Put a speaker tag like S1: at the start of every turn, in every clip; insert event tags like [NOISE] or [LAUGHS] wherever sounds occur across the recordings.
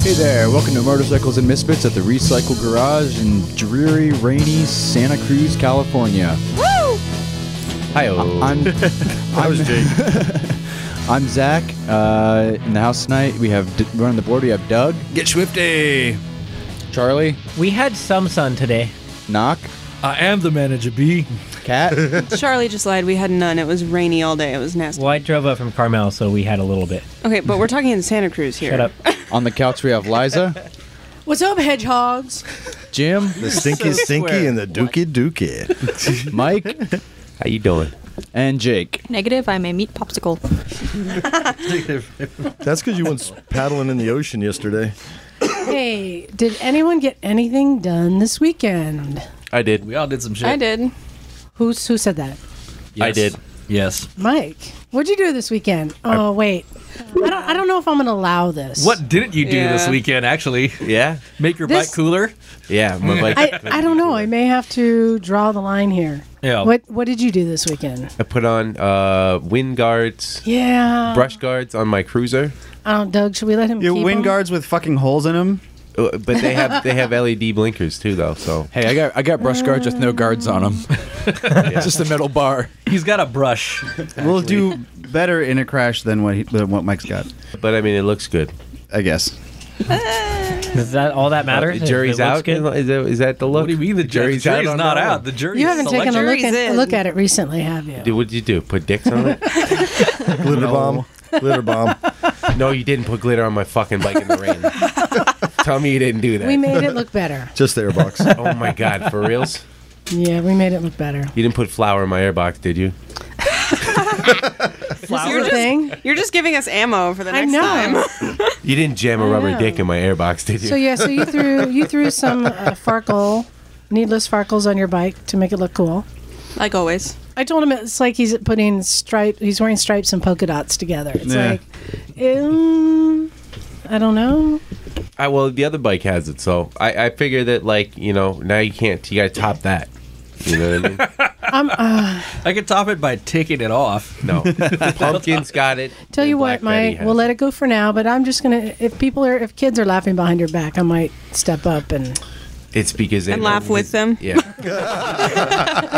S1: Hey there, welcome to Motorcycles and Misfits at the Recycle Garage in dreary, rainy Santa Cruz, California.
S2: [LAUGHS]
S3: Hi,
S1: I'm
S3: I was Jake.
S1: [LAUGHS] I'm Zach. Uh, in the house tonight, we have D- we're on the board. We have Doug,
S3: Get swifty.
S1: Charlie,
S4: We had some sun today.
S1: Knock,
S3: I am the manager, B.
S4: [LAUGHS]
S1: Cat,
S5: Uh, Charlie just lied. We had none. It was rainy all day. It was nasty.
S4: Well, I drove up from Carmel, so we had a little bit.
S5: Okay, but we're talking in Santa Cruz here.
S4: Shut up.
S1: On the couch, we have Liza,
S6: What's up, hedgehogs?
S1: Jim,
S7: The stinky stinky and the dookie dookie.
S1: Mike,
S2: How you doing?
S1: and Jake.
S8: Negative, I'm a meat
S7: [LAUGHS]
S8: popsicle.
S7: That's because you went paddling in the ocean yesterday.
S6: hey, did anyone get anything done this weekend?
S2: I did.
S3: We all did some shit.
S5: I did.
S6: Who's who said that?
S2: I did.
S3: Yes.
S6: Mike. What'd you do this weekend? Oh wait, I don't. I don't know if I'm gonna allow this.
S3: What didn't you do this
S5: Yeah.
S3: weekend, actually?
S2: Yeah.
S3: Make your
S6: This-
S3: bike cooler? Mm.
S2: Yeah. My bike,
S6: I, I don't know. I may have to draw the line here.
S3: Yeah.
S6: What What did you do this weekend?
S2: I put on uh, wind guards,
S6: Yeah.
S2: brush guards on my cruiser,
S6: I don't. Doug, should we let him?
S9: Your
S6: keep
S9: wind
S6: 'em?
S9: guards with fucking holes in them.
S2: Uh, but they have they have LED blinkers too, though. So
S1: Hey, I got I got brush guards with no guards on them. Just a metal bar.
S3: He's got a brush.
S9: [LAUGHS] We'll do better in a crash than what he, than what Mike's got,
S2: but I mean, it looks good.
S9: I guess.
S4: Does that all that matter?
S2: Uh,
S4: If
S2: the
S4: it
S2: jury's
S4: looks
S2: out.
S4: good?
S2: Is, that, is that the look?
S3: What do you mean the jury's, jury's
S2: on
S3: not
S2: that
S3: out?
S2: one.
S3: The jury's
S6: You haven't taken a look
S5: Jury's
S6: at
S5: in.
S6: look at it recently, have you?
S2: Dude, what did you do? Put dicks on it?
S7: [LAUGHS] Glitter bomb. Glitter bomb.
S2: [LAUGHS] no, you didn't put glitter on my fucking bike in the rain.
S7: [LAUGHS]
S2: Tell me you didn't do that.
S6: We made it look better.
S7: Just the airbox.
S2: [LAUGHS] oh my god, for reals?
S6: Yeah, we made it look better.
S2: You didn't put flour in my airbox, did you?
S6: This
S5: You're
S6: is the
S5: just-
S6: thing.
S5: You're just giving us ammo for the
S6: I
S5: next
S6: know. [LAUGHS]
S5: time.
S2: You didn't jam a rubber
S6: know.
S2: dick in my airbox, did you?
S6: So yeah, so you threw
S2: [LAUGHS]
S6: you threw some uh, farkle, needless farkles on your bike to make it look cool.
S5: Like always.
S6: I told him it's like he's putting stripe. He's wearing stripes and polka dots together. It's
S9: Yeah.
S6: like, um, I don't know.
S2: I, well, the other bike has it, so I, I figure that like you know now you can't you gotta top that. You know what I mean?
S7: [LAUGHS]
S6: I'm, uh,
S3: I could top it by taking it off. [LAUGHS]
S2: No, pumpkin's got it.
S6: tell you what, Mike. We'll let it go for now. But I'm just gonna. If people are, if kids are laughing behind your back, I might step up and.
S2: It's because they
S5: And
S2: know
S5: laugh
S2: when-
S5: with them.
S2: Yeah,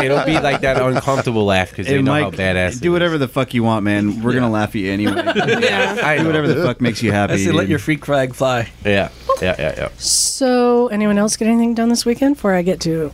S2: it'll be like that uncomfortable laugh because they
S9: Hey,
S2: know
S9: Mike,
S2: how badass.
S9: do whatever the fuck you want, man. We're gonna laugh at you anyway.
S2: [LAUGHS] Yeah, I
S9: do
S2: know.
S9: whatever the fuck makes you happy.
S3: I said, let
S9: dude.
S3: your freak flag fly.
S2: Yeah, yeah, yeah, yeah.
S6: So, anyone else get anything done this weekend before I get to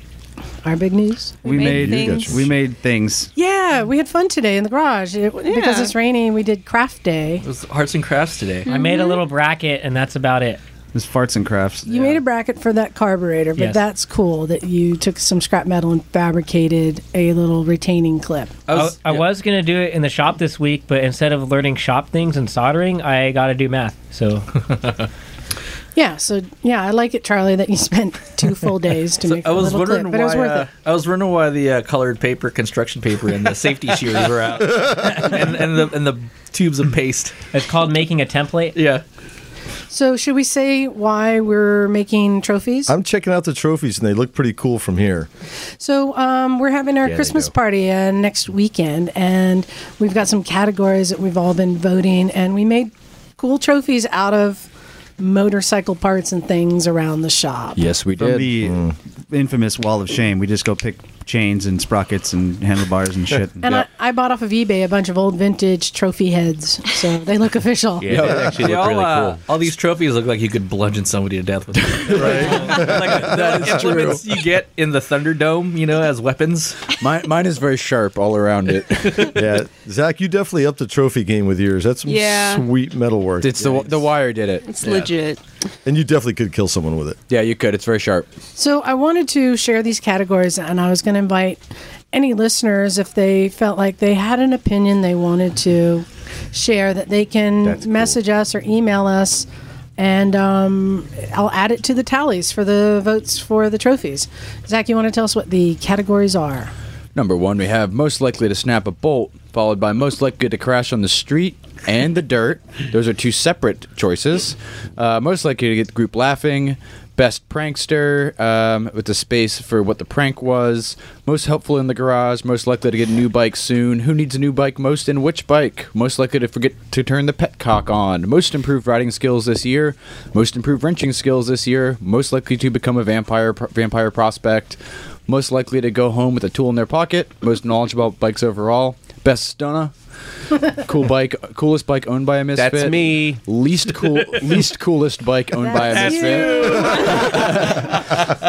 S6: our big news?
S9: we made,
S5: made things.
S9: we made things.
S6: Yeah, we had fun today in the garage. It, Because it's raining, we did craft day.
S3: It was arts and crafts today.
S4: I made a little bracket, and that's about it.
S9: It's farts and crafts.
S6: You made a bracket for that carburetor, but
S4: Yes.
S6: that's cool that you took some scrap metal and fabricated a little retaining clip.
S3: I
S4: I,
S3: was,
S4: I
S3: yeah.
S4: was gonna do it in the shop this week, but instead of learning shop things and soldering, I gotta do math. So
S6: Yeah, so yeah, I like it, Charlie, that you spent two full days to make
S3: I
S6: a
S3: was
S6: little
S3: wondering
S6: clip, but
S3: why
S6: it was worth
S3: uh,
S6: it.
S3: I was wondering why the uh, colored paper, construction paper, and
S2: [LAUGHS]
S3: the safety shears were out, and, and the and the tubes of [LAUGHS] paste.
S4: it's called making a template.
S3: Yeah, uh,
S6: So, should we say why we're making trophies?
S7: I'm checking out the trophies and they look pretty cool from here.
S6: So um, we're having our
S2: they
S6: Christmas
S2: do.
S6: party uh, next weekend, and we've got some categories that we've all been voting, and we made cool trophies out of motorcycle parts and things around the shop.
S1: Yes, we
S9: From
S1: did. Mm.
S9: the infamous wall of shame, we just go pick chains and sprockets and handlebars and
S1: [LAUGHS]
S9: shit.
S6: And I, I bought off of eBay a bunch of old vintage trophy heads, so they look official.
S2: Yeah, it actually
S3: They
S2: looked
S3: all,
S2: really
S3: uh,
S2: cool.
S3: all these trophies look like you could bludgeon somebody to death with them.
S2: [LAUGHS]
S3: right? [LAUGHS] like the implements you get in the Thunderdome, you know, as weapons.
S1: Mine, mine is very sharp all
S2: [LAUGHS]
S1: around it.
S7: Yeah. Zach, you definitely upped the trophy game with yours. That's some
S5: Yeah.
S7: sweet metal work.
S1: It's the the wire did it.
S5: It's legit.
S7: and you definitely could kill someone with it.
S1: Yeah, you could. It's very sharp.
S6: So I wanted to share these categories, and I was going to invite any listeners if they felt like they had an opinion they wanted to share that they can
S2: That's cool.
S6: message us or email us, and um, I'll add it to the tallies for the votes for the trophies. Zach, you want to tell us what the categories are?
S1: Number one, we have most likely to snap a bolt. followed by most likely to crash on the street and the dirt. Those are two separate choices. Uh, most likely to get the group laughing. Best prankster um, with the space for what the prank was. Most helpful in the garage. Most likely to get a new bike soon. Who needs a new bike most and which bike? Most likely to forget to turn the petcock on. Most improved riding skills this year. Most improved wrenching skills this year. Most likely to become a vampire pro- vampire prospect most likely to go home with a tool in their pocket, most knowledgeable about bikes overall, best
S9: [LAUGHS]
S1: stunner, cool bike, coolest bike owned by a misfit.
S2: That's me.
S9: [LAUGHS]
S1: Least cool, least coolest bike owned by a
S5: That's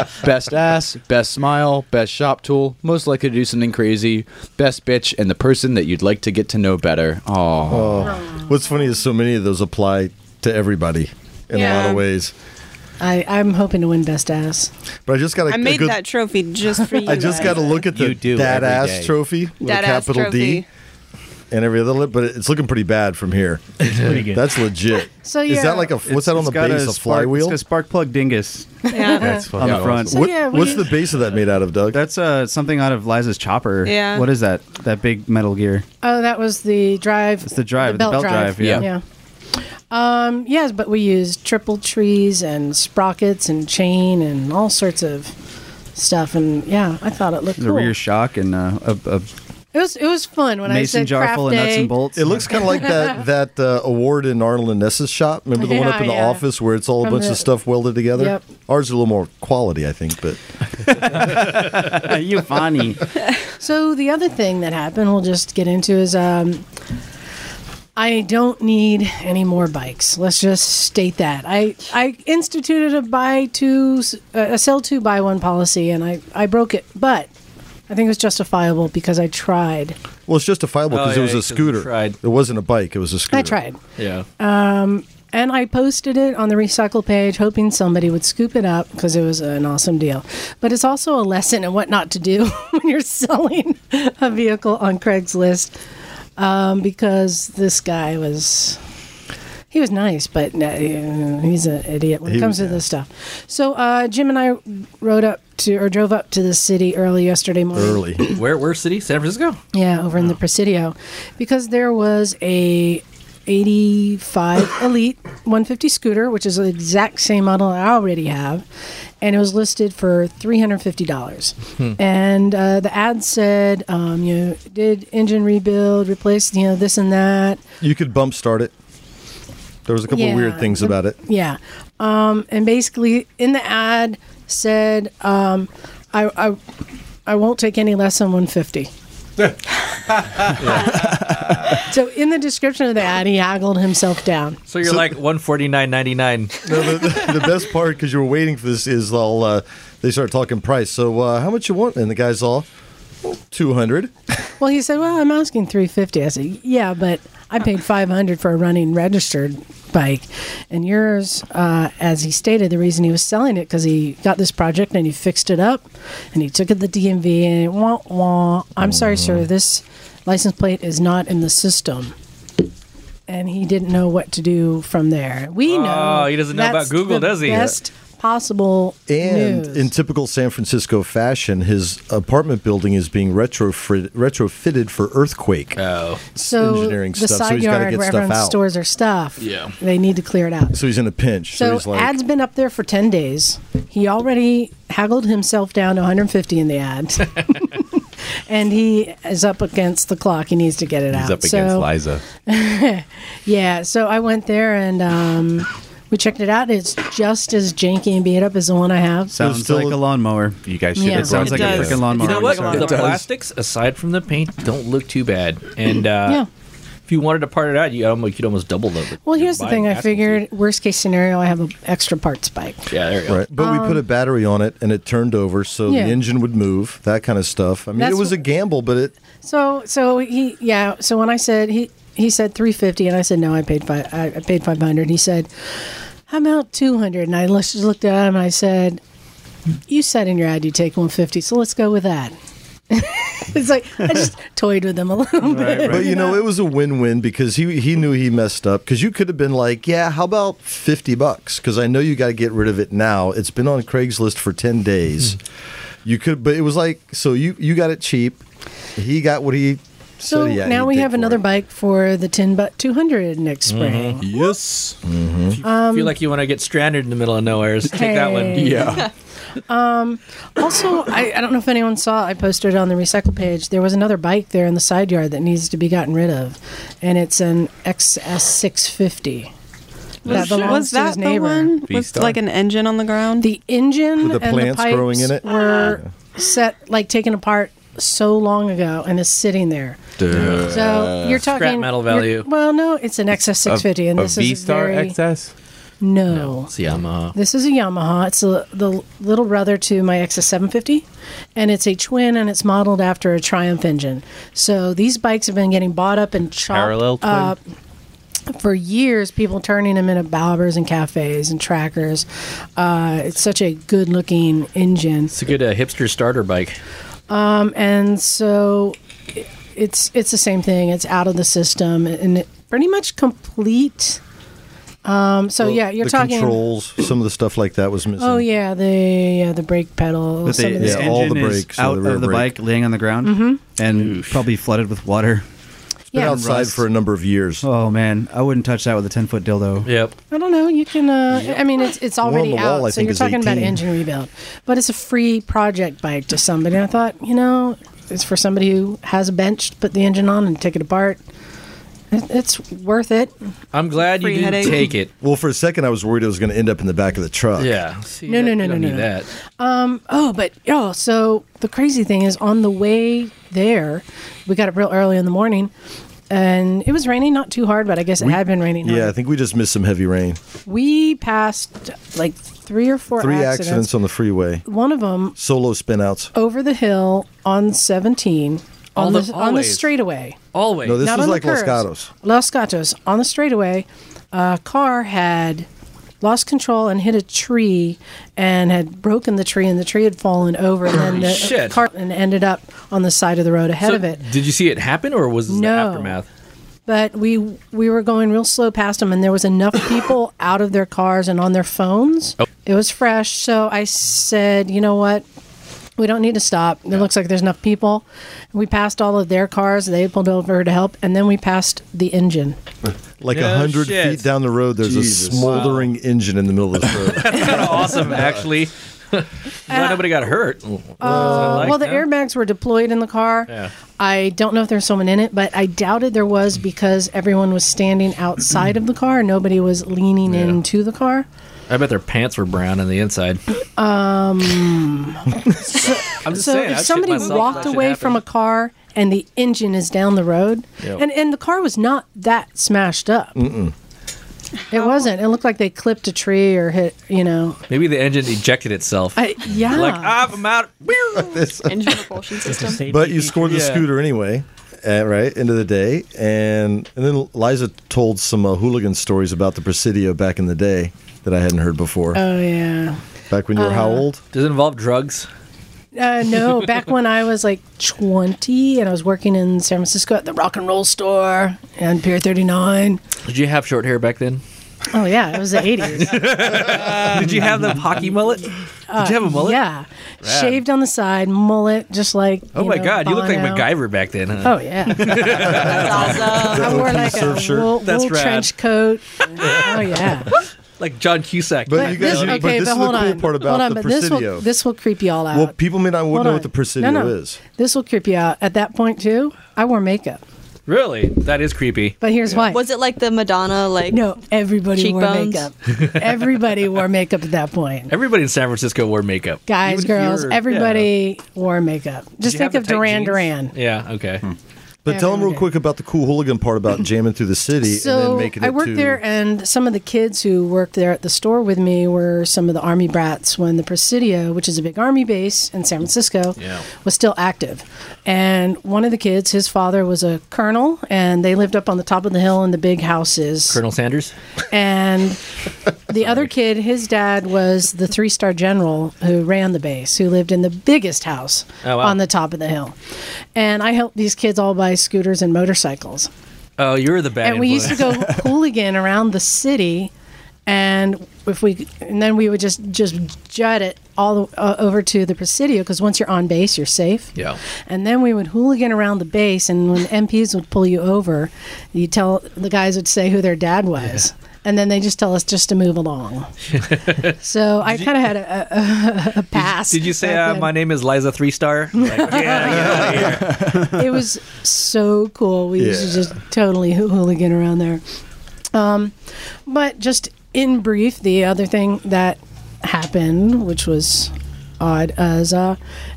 S1: misfit. best ass, best smile, best shop tool, most likely to do something crazy, best bitch, and the person that you'd like to get to know better. Aww.
S7: Oh. What's funny is so many of those apply to everybody in a lot
S5: Yeah.
S7: of ways.
S6: I, I'm hoping to win best ass.
S7: But I just got a,
S5: I
S7: a
S5: made
S7: good.
S5: that trophy just for you.
S7: I just got to look at the
S2: You do
S7: that
S2: every
S7: ass
S2: day.
S7: trophy with
S5: that
S7: a capital D and every other, li- but it's looking pretty bad from here.
S4: It's pretty good.
S7: That's legit.
S6: So,
S7: is
S6: yeah.
S7: that like a
S9: It's-
S7: what's that on
S9: it's
S7: the
S9: got
S7: base? A
S9: spark-
S7: flywheel.
S9: It's got a spark plug dingus
S5: Yeah.
S2: That's
S9: on
S2: fucking
S9: the front.
S6: So,
S7: What-
S6: yeah, we-
S7: what's the base of that made out of, Doug?
S9: That's uh, something out of Liza's chopper.
S5: Yeah.
S9: What is that? That big Metal Gear.
S6: Oh, that was the drive.
S9: It's the drive, the belt drive,
S1: yeah.
S6: yeah. Um, yes, but we used triple trees and sprockets and chain and all sorts of stuff. And yeah, I thought it looked
S9: The
S6: cool.
S9: rear shock and uh, a,
S6: it was it was fun
S9: a
S6: when I
S9: mason
S6: said
S9: jar
S6: craft
S9: full of
S6: day.
S9: nuts and bolts.
S7: It looks kind
S6: [LAUGHS]
S7: of like that that uh, award in Arnold and Ness's shop. Remember the one
S6: Yeah,
S7: up in the
S6: yeah.
S7: office where it's all a
S6: From
S7: bunch
S6: the-
S7: of stuff welded together?
S6: Yep.
S7: Ours are a little more quality, I think, but
S9: [LAUGHS] you funny.
S6: So the other thing that happened, we'll just get into, is um, I don't need any more bikes. Let's just state that. I I instituted a buy two, s- uh, a sell two, buy one policy, and I I broke it, but. I think it was justifiable because I tried.
S7: well, it's justifiable
S3: Oh,
S7: because
S3: yeah,
S7: it was a
S3: 'cause you
S7: scooter.
S3: tried.
S7: It wasn't a bike; it was a scooter.
S6: I tried.
S3: Yeah.
S6: Um, And I posted it on the recycle page, hoping somebody would scoop it up because it was an awesome deal. But it's also a lesson in what not to do [LAUGHS] when you're selling a vehicle on Craigslist um, because this guy was. He was nice, but no, he's an idiot when it
S7: He
S6: comes
S7: was,
S6: to
S7: yeah.
S6: this stuff. So uh, Jim and I rode up to or drove up to the city early yesterday morning.
S7: early.
S3: [CLEARS THROAT] Where where city? San Francisco?
S6: Yeah, over in the Presidio, because there was a 85 [COUGHS] Elite 150 scooter, which is the exact same model I already have, and it was listed for $350. And uh, the ad said, um, you know, did engine rebuild, replace, you know, this and that.
S7: You could bump start it. There was a couple
S6: Yeah.
S7: of weird things about it.
S6: Yeah. Um, and basically, in the ad said, um, I, I, I won't take any less than 150. so in the description of the ad, he haggled himself down.
S3: So you're like one forty nine ninety nine.
S7: No, the, the, the best part because you were waiting for this is all uh, they start talking price. So uh, how much you want? And the guy's all two hundred.
S6: Well, he said, "Well, I'm asking 350." I said, "Yeah, but I paid 500 for a running registered bike, and yours, uh, as he stated, the reason he was selling it because he got this project and he fixed it up, and he took it to the DMV and wah wah. I'm sorry,
S7: Mm.
S6: sir, this license plate is not in the system." And he didn't know what to do from there. We know.
S3: Oh, he doesn't know about
S6: that's
S3: Google,
S6: the
S3: does he?
S6: Best possible
S7: And
S6: news.
S7: in typical San Francisco fashion, his apartment building is being retrofit, retrofitted for earthquake.
S3: Oh.
S6: so
S7: engineering
S6: the
S7: stuff, so
S6: side
S7: he's gotta
S6: yard
S7: get
S6: where
S7: stuff
S6: everyone
S7: out.
S6: stores their stuff.
S3: Yeah.
S6: they need to clear it out.
S7: So he's in a pinch. So,
S6: So,
S7: he's like,
S6: ad's been up there for ten days. He already haggled himself down to 150 in the ad, [LAUGHS] and he is up against the clock. He needs to get it
S2: He's
S6: out.
S2: up against
S6: so
S2: Liza.
S6: yeah, so I went there and um, we checked it out. It's just as janky and beat up as the one I have.
S9: Sounds
S7: still
S9: like
S7: a-
S9: a lawnmower.
S2: You guys should
S6: Yeah.
S2: have
S6: It
S9: Sounds
S2: gone
S9: like
S2: to
S9: a
S5: does.
S2: the-
S9: freaking lawnmower.
S3: You know what?
S9: Sorry.
S3: The
S7: does.
S3: plastics, aside from the paint, don't look too bad. And uh,
S6: Yeah.
S3: if you wanted to part it out, you almost, you'd almost double the.
S6: Well, here's the
S3: buy
S6: thing. I
S3: an asphalt
S6: figured worst case scenario, I have an extra parts bike.
S3: sheet. Yeah, there you go.
S7: right. But we put a battery on it and it turned over so
S6: Um, Yeah.
S7: the engine would move, that kind of stuff. I mean,
S6: That's
S7: it was
S6: wh-
S7: a gamble, but it,
S6: So so he yeah. So when I said he he said 350, and I said no, I paid five. I, I paid 500. He said, how about 200? And I l- just looked at him. and I said, you said in your ad you take 150, so let's go with that. [LAUGHS] it's like I just toyed with him a [LAUGHS] little bit.
S7: but you know, it was a win win because he, he knew he messed up. Because you could have been like, yeah, how about 50 bucks? Because I know you got to get rid of it now. It's been on Craigslist for 10
S6: Mm-hmm.
S7: days. you could, but it was like, so you, you got it cheap. He got what he
S6: So
S7: yeah,
S6: now
S7: he'd
S6: we
S7: dig
S6: have
S7: for
S6: another
S7: it. Mm-hmm.
S6: bike for the 10 butt 200 next spring.
S8: Yes.
S2: Mm-hmm.
S3: feel like Mm-hmm. you want to get stranded in the middle of nowhere. So take that one.
S6: Um,
S5: [LAUGHS]
S6: Hey.
S8: Yeah.
S6: Um, Also, I, I don't know if anyone saw, I posted on the recycle page, there was another bike there in the side yard that needs to be gotten rid of. And it's an XS650.
S5: Was
S6: that belongs
S5: was
S6: to his
S5: that the
S6: neighbor.
S5: one with
S2: V-Star?
S5: like an engine on the ground? [LAUGHS]
S6: The engine
S7: With the
S6: and
S7: plants
S6: the pipes
S7: growing in it?
S6: were set, like taken apart so long ago and is sitting there.
S5: Uh,
S6: So you're talking
S3: metal
S6: you're-
S3: value.
S6: Well, no, it's an XS650, and
S2: a
S6: this is
S2: V-Star
S6: very
S2: XS?
S6: no.
S3: It's a Yamaha.
S6: This is a Yamaha. It's a, the little brother to my XS750, and it's a twin, and it's modeled after a Triumph engine. So these bikes have been getting bought up and chopped
S2: Parallel twin?
S6: up for years. People turning them into bobbers and cafes and trackers. Uh, it's such a good-looking engine. Um,
S3: It's a good uh, hipster starter bike.
S6: and so i- it's it's the same thing. It's out of the system and it pretty much complete. Um, so yeah, you're
S7: Oh, the
S6: talking.
S7: controls. Some of the stuff like that was missing.
S6: Oh yeah, the uh, the brake pedal.
S9: But
S6: some
S9: the,
S6: of the
S9: the
S7: Yeah, all the
S9: engine is
S7: brakes, all
S9: out
S7: the rear
S9: of the
S7: brake.
S9: bike, laying on the ground, and probably flooded with water.
S7: It's been
S6: Mm-hmm. yeah.
S7: outside
S9: Rust.
S7: for a number of years.
S9: Oh man, I wouldn't touch that with a ten foot dildo.
S3: Yep.
S6: I don't know. You can. Uh, I mean, it's it's
S7: on
S6: already
S7: the wall,
S6: out.
S7: I
S6: so
S7: think,
S6: you're
S7: is
S6: talking about
S7: 18.
S6: engine rebuild, but it's a free project bike to somebody. And I thought, you know, it's for somebody who has a bench to put the engine on and take it apart. It, it's worth it.
S3: I'm glad
S5: Free
S3: you didn't
S5: headache.
S3: take it.
S7: Well, for a second, I was worried it was going to end up in the back of the truck.
S3: Yeah. See,
S6: No,
S3: that-
S6: no, no,
S3: you don't
S6: no,
S3: need
S6: no.
S3: That.
S6: Oh, but oh, so the crazy thing is on the way there, we got up real early in the morning and it was raining not too hard, but I guess it had been raining.
S7: Yeah, I
S6: hard.
S7: think we just missed some heavy rain.
S6: We passed like three or four
S7: Three
S6: accidents.
S7: accidents on the freeway.
S6: One of them
S7: Solo spinouts.
S6: over the hill on 17
S3: All
S6: on
S3: the-
S6: the, on the
S3: always.
S6: straightaway.
S3: Always.
S7: No, this
S6: Not
S7: was
S6: on the
S7: like
S6: curves.
S7: Los Gatos.
S6: Los Gatos on the straightaway. A car had lost control and hit a tree and had broken the tree, and the tree had fallen over, and then the
S3: Shit.
S6: car and ended up on the side of the road ahead
S3: So,
S6: of it.
S3: Did you see it happen or was this the
S6: No.
S3: aftermath?
S6: But we we were going real slow past them, and there was enough people out of their cars and on their phones. It was fresh, so I said, you know what? We don't need to stop. It looks like there's enough people. We passed all of their cars. They pulled over to help, and then we passed the engine.
S7: Like a
S3: No
S7: hundred
S3: shit.
S7: feet down the road, there's a
S8: Jesus.
S7: smoldering engine in the middle of the
S3: [LAUGHS]
S7: road.
S3: Kind of awesome, actually. [LAUGHS] Oh, Glad nobody got hurt.
S6: Uh, well, the airbags were deployed in the car.
S3: Yeah.
S6: I don't know if there's someone in it, but I doubted there was because everyone was standing outside of the car. Nobody was leaning into the car.
S3: I bet their pants were brown on the inside. Um. [LAUGHS] I'm just
S6: Um, So
S3: saying, I'd
S6: if
S3: shit
S6: somebody
S3: myself if that
S6: walked
S3: shit
S6: away from a
S3: happened.
S6: car and the engine is down the road, and, and the car was not that smashed up. It wasn't. It looked like they clipped a tree or hit, you know.
S3: maybe the engine ejected itself.
S6: I, yeah.
S3: like "Ah, I'm [LAUGHS] out.
S5: engine propulsion system.
S7: but you scored the
S3: Yeah.
S7: scooter anyway, uh, right? End of the day, and and then Liza told some uh, hooligan stories about the Presidio back in the day that I hadn't heard before.
S6: oh, Uh. yeah.
S7: back when you were how old?
S3: Does it involve drugs?
S6: Uh, no, back when I was like 20 and I was working in San Francisco at the rock and roll store and Pier 39.
S3: Did you have short hair back then?
S6: Oh, yeah, it was the 80s.
S3: [LAUGHS] Did you have the hockey mullet? Did you
S6: Uh,
S3: have a mullet?
S6: yeah. Shaved on the side, mullet, just like.
S3: Oh
S6: you
S3: my
S6: know,
S3: god, you look like
S6: Bono.
S3: MacGyver back then. Huh? [LAUGHS]
S6: Oh, yeah. I wore like a
S7: surf shirt?
S6: wool,
S3: That's
S6: wool
S3: rad.
S6: trench coat. oh, yeah.
S3: Like John Cusack.
S7: But you guys,
S6: This-
S7: but
S6: okay,
S7: this
S6: but
S7: is
S6: hold
S7: the cool
S6: on.
S7: part about
S6: hold on,
S7: the
S6: but this
S7: Presidio.
S6: will, this will creep you all out.
S7: well, people may not
S6: Hold
S7: would know what
S6: on.
S7: the Presidio
S6: no, no.
S7: is.
S6: This will creep you out. At that point, too, I wore makeup.
S3: really? That is creepy.
S6: But here's why.
S10: Was it like the Madonna? Like
S6: No, everybody
S10: Cheekbones?
S6: wore makeup. everybody wore makeup at that point.
S3: Everybody in San Francisco wore makeup.
S6: Guys,
S3: Even if
S6: girls,
S3: you're-
S6: everybody wore makeup.
S3: Did
S6: Just
S3: you
S6: think
S3: have
S6: of
S3: the tight
S6: Duran Duran.
S3: jeans? Yeah, okay.
S7: But tell them real
S6: Okay.
S7: quick about the cool hooligan
S6: [LAUGHS]
S7: part about jamming through the city and then
S6: So
S7: making it
S6: I worked
S7: to,
S6: there, and some of the kids who worked there at the store with me were some of the army brats when the Presidio, which is a big army base in San Francisco,
S3: Yeah.
S6: was still active. And one of the kids, his father was a colonel, and they lived up on the top of the hill in the big houses.
S3: Colonel Sanders?
S7: [LAUGHS]
S6: and the other kid, his dad was the three star general who ran the base, who lived in the biggest house
S3: Oh, wow.
S6: on the top of the hill. And I helped these kids all buy scooters and motorcycles.
S3: Oh, you're the bad [LAUGHS]
S6: and we used to
S3: influence.
S6: go hooligan around the city. and if we and then we would just just jut it all the, uh, over to the Presidio because once you're on base, you're safe.
S3: Yeah.
S6: And then we would hooligan around the base, and when MPs would pull you over, you tell the guys would say who their dad was. And then they just tell us just to move along. [LAUGHS] so I kind of had a, a, [LAUGHS] a pass.
S3: Did you say
S6: back
S3: uh,
S6: then.
S3: my name is Liza
S6: [LAUGHS]
S3: Three Star? Like, yeah, get outta here.
S6: it was so cool. We used to
S7: Yeah.
S6: just totally hoo- hooligan around there. Um, but just in brief, the other thing that happened, which was odd, as uh,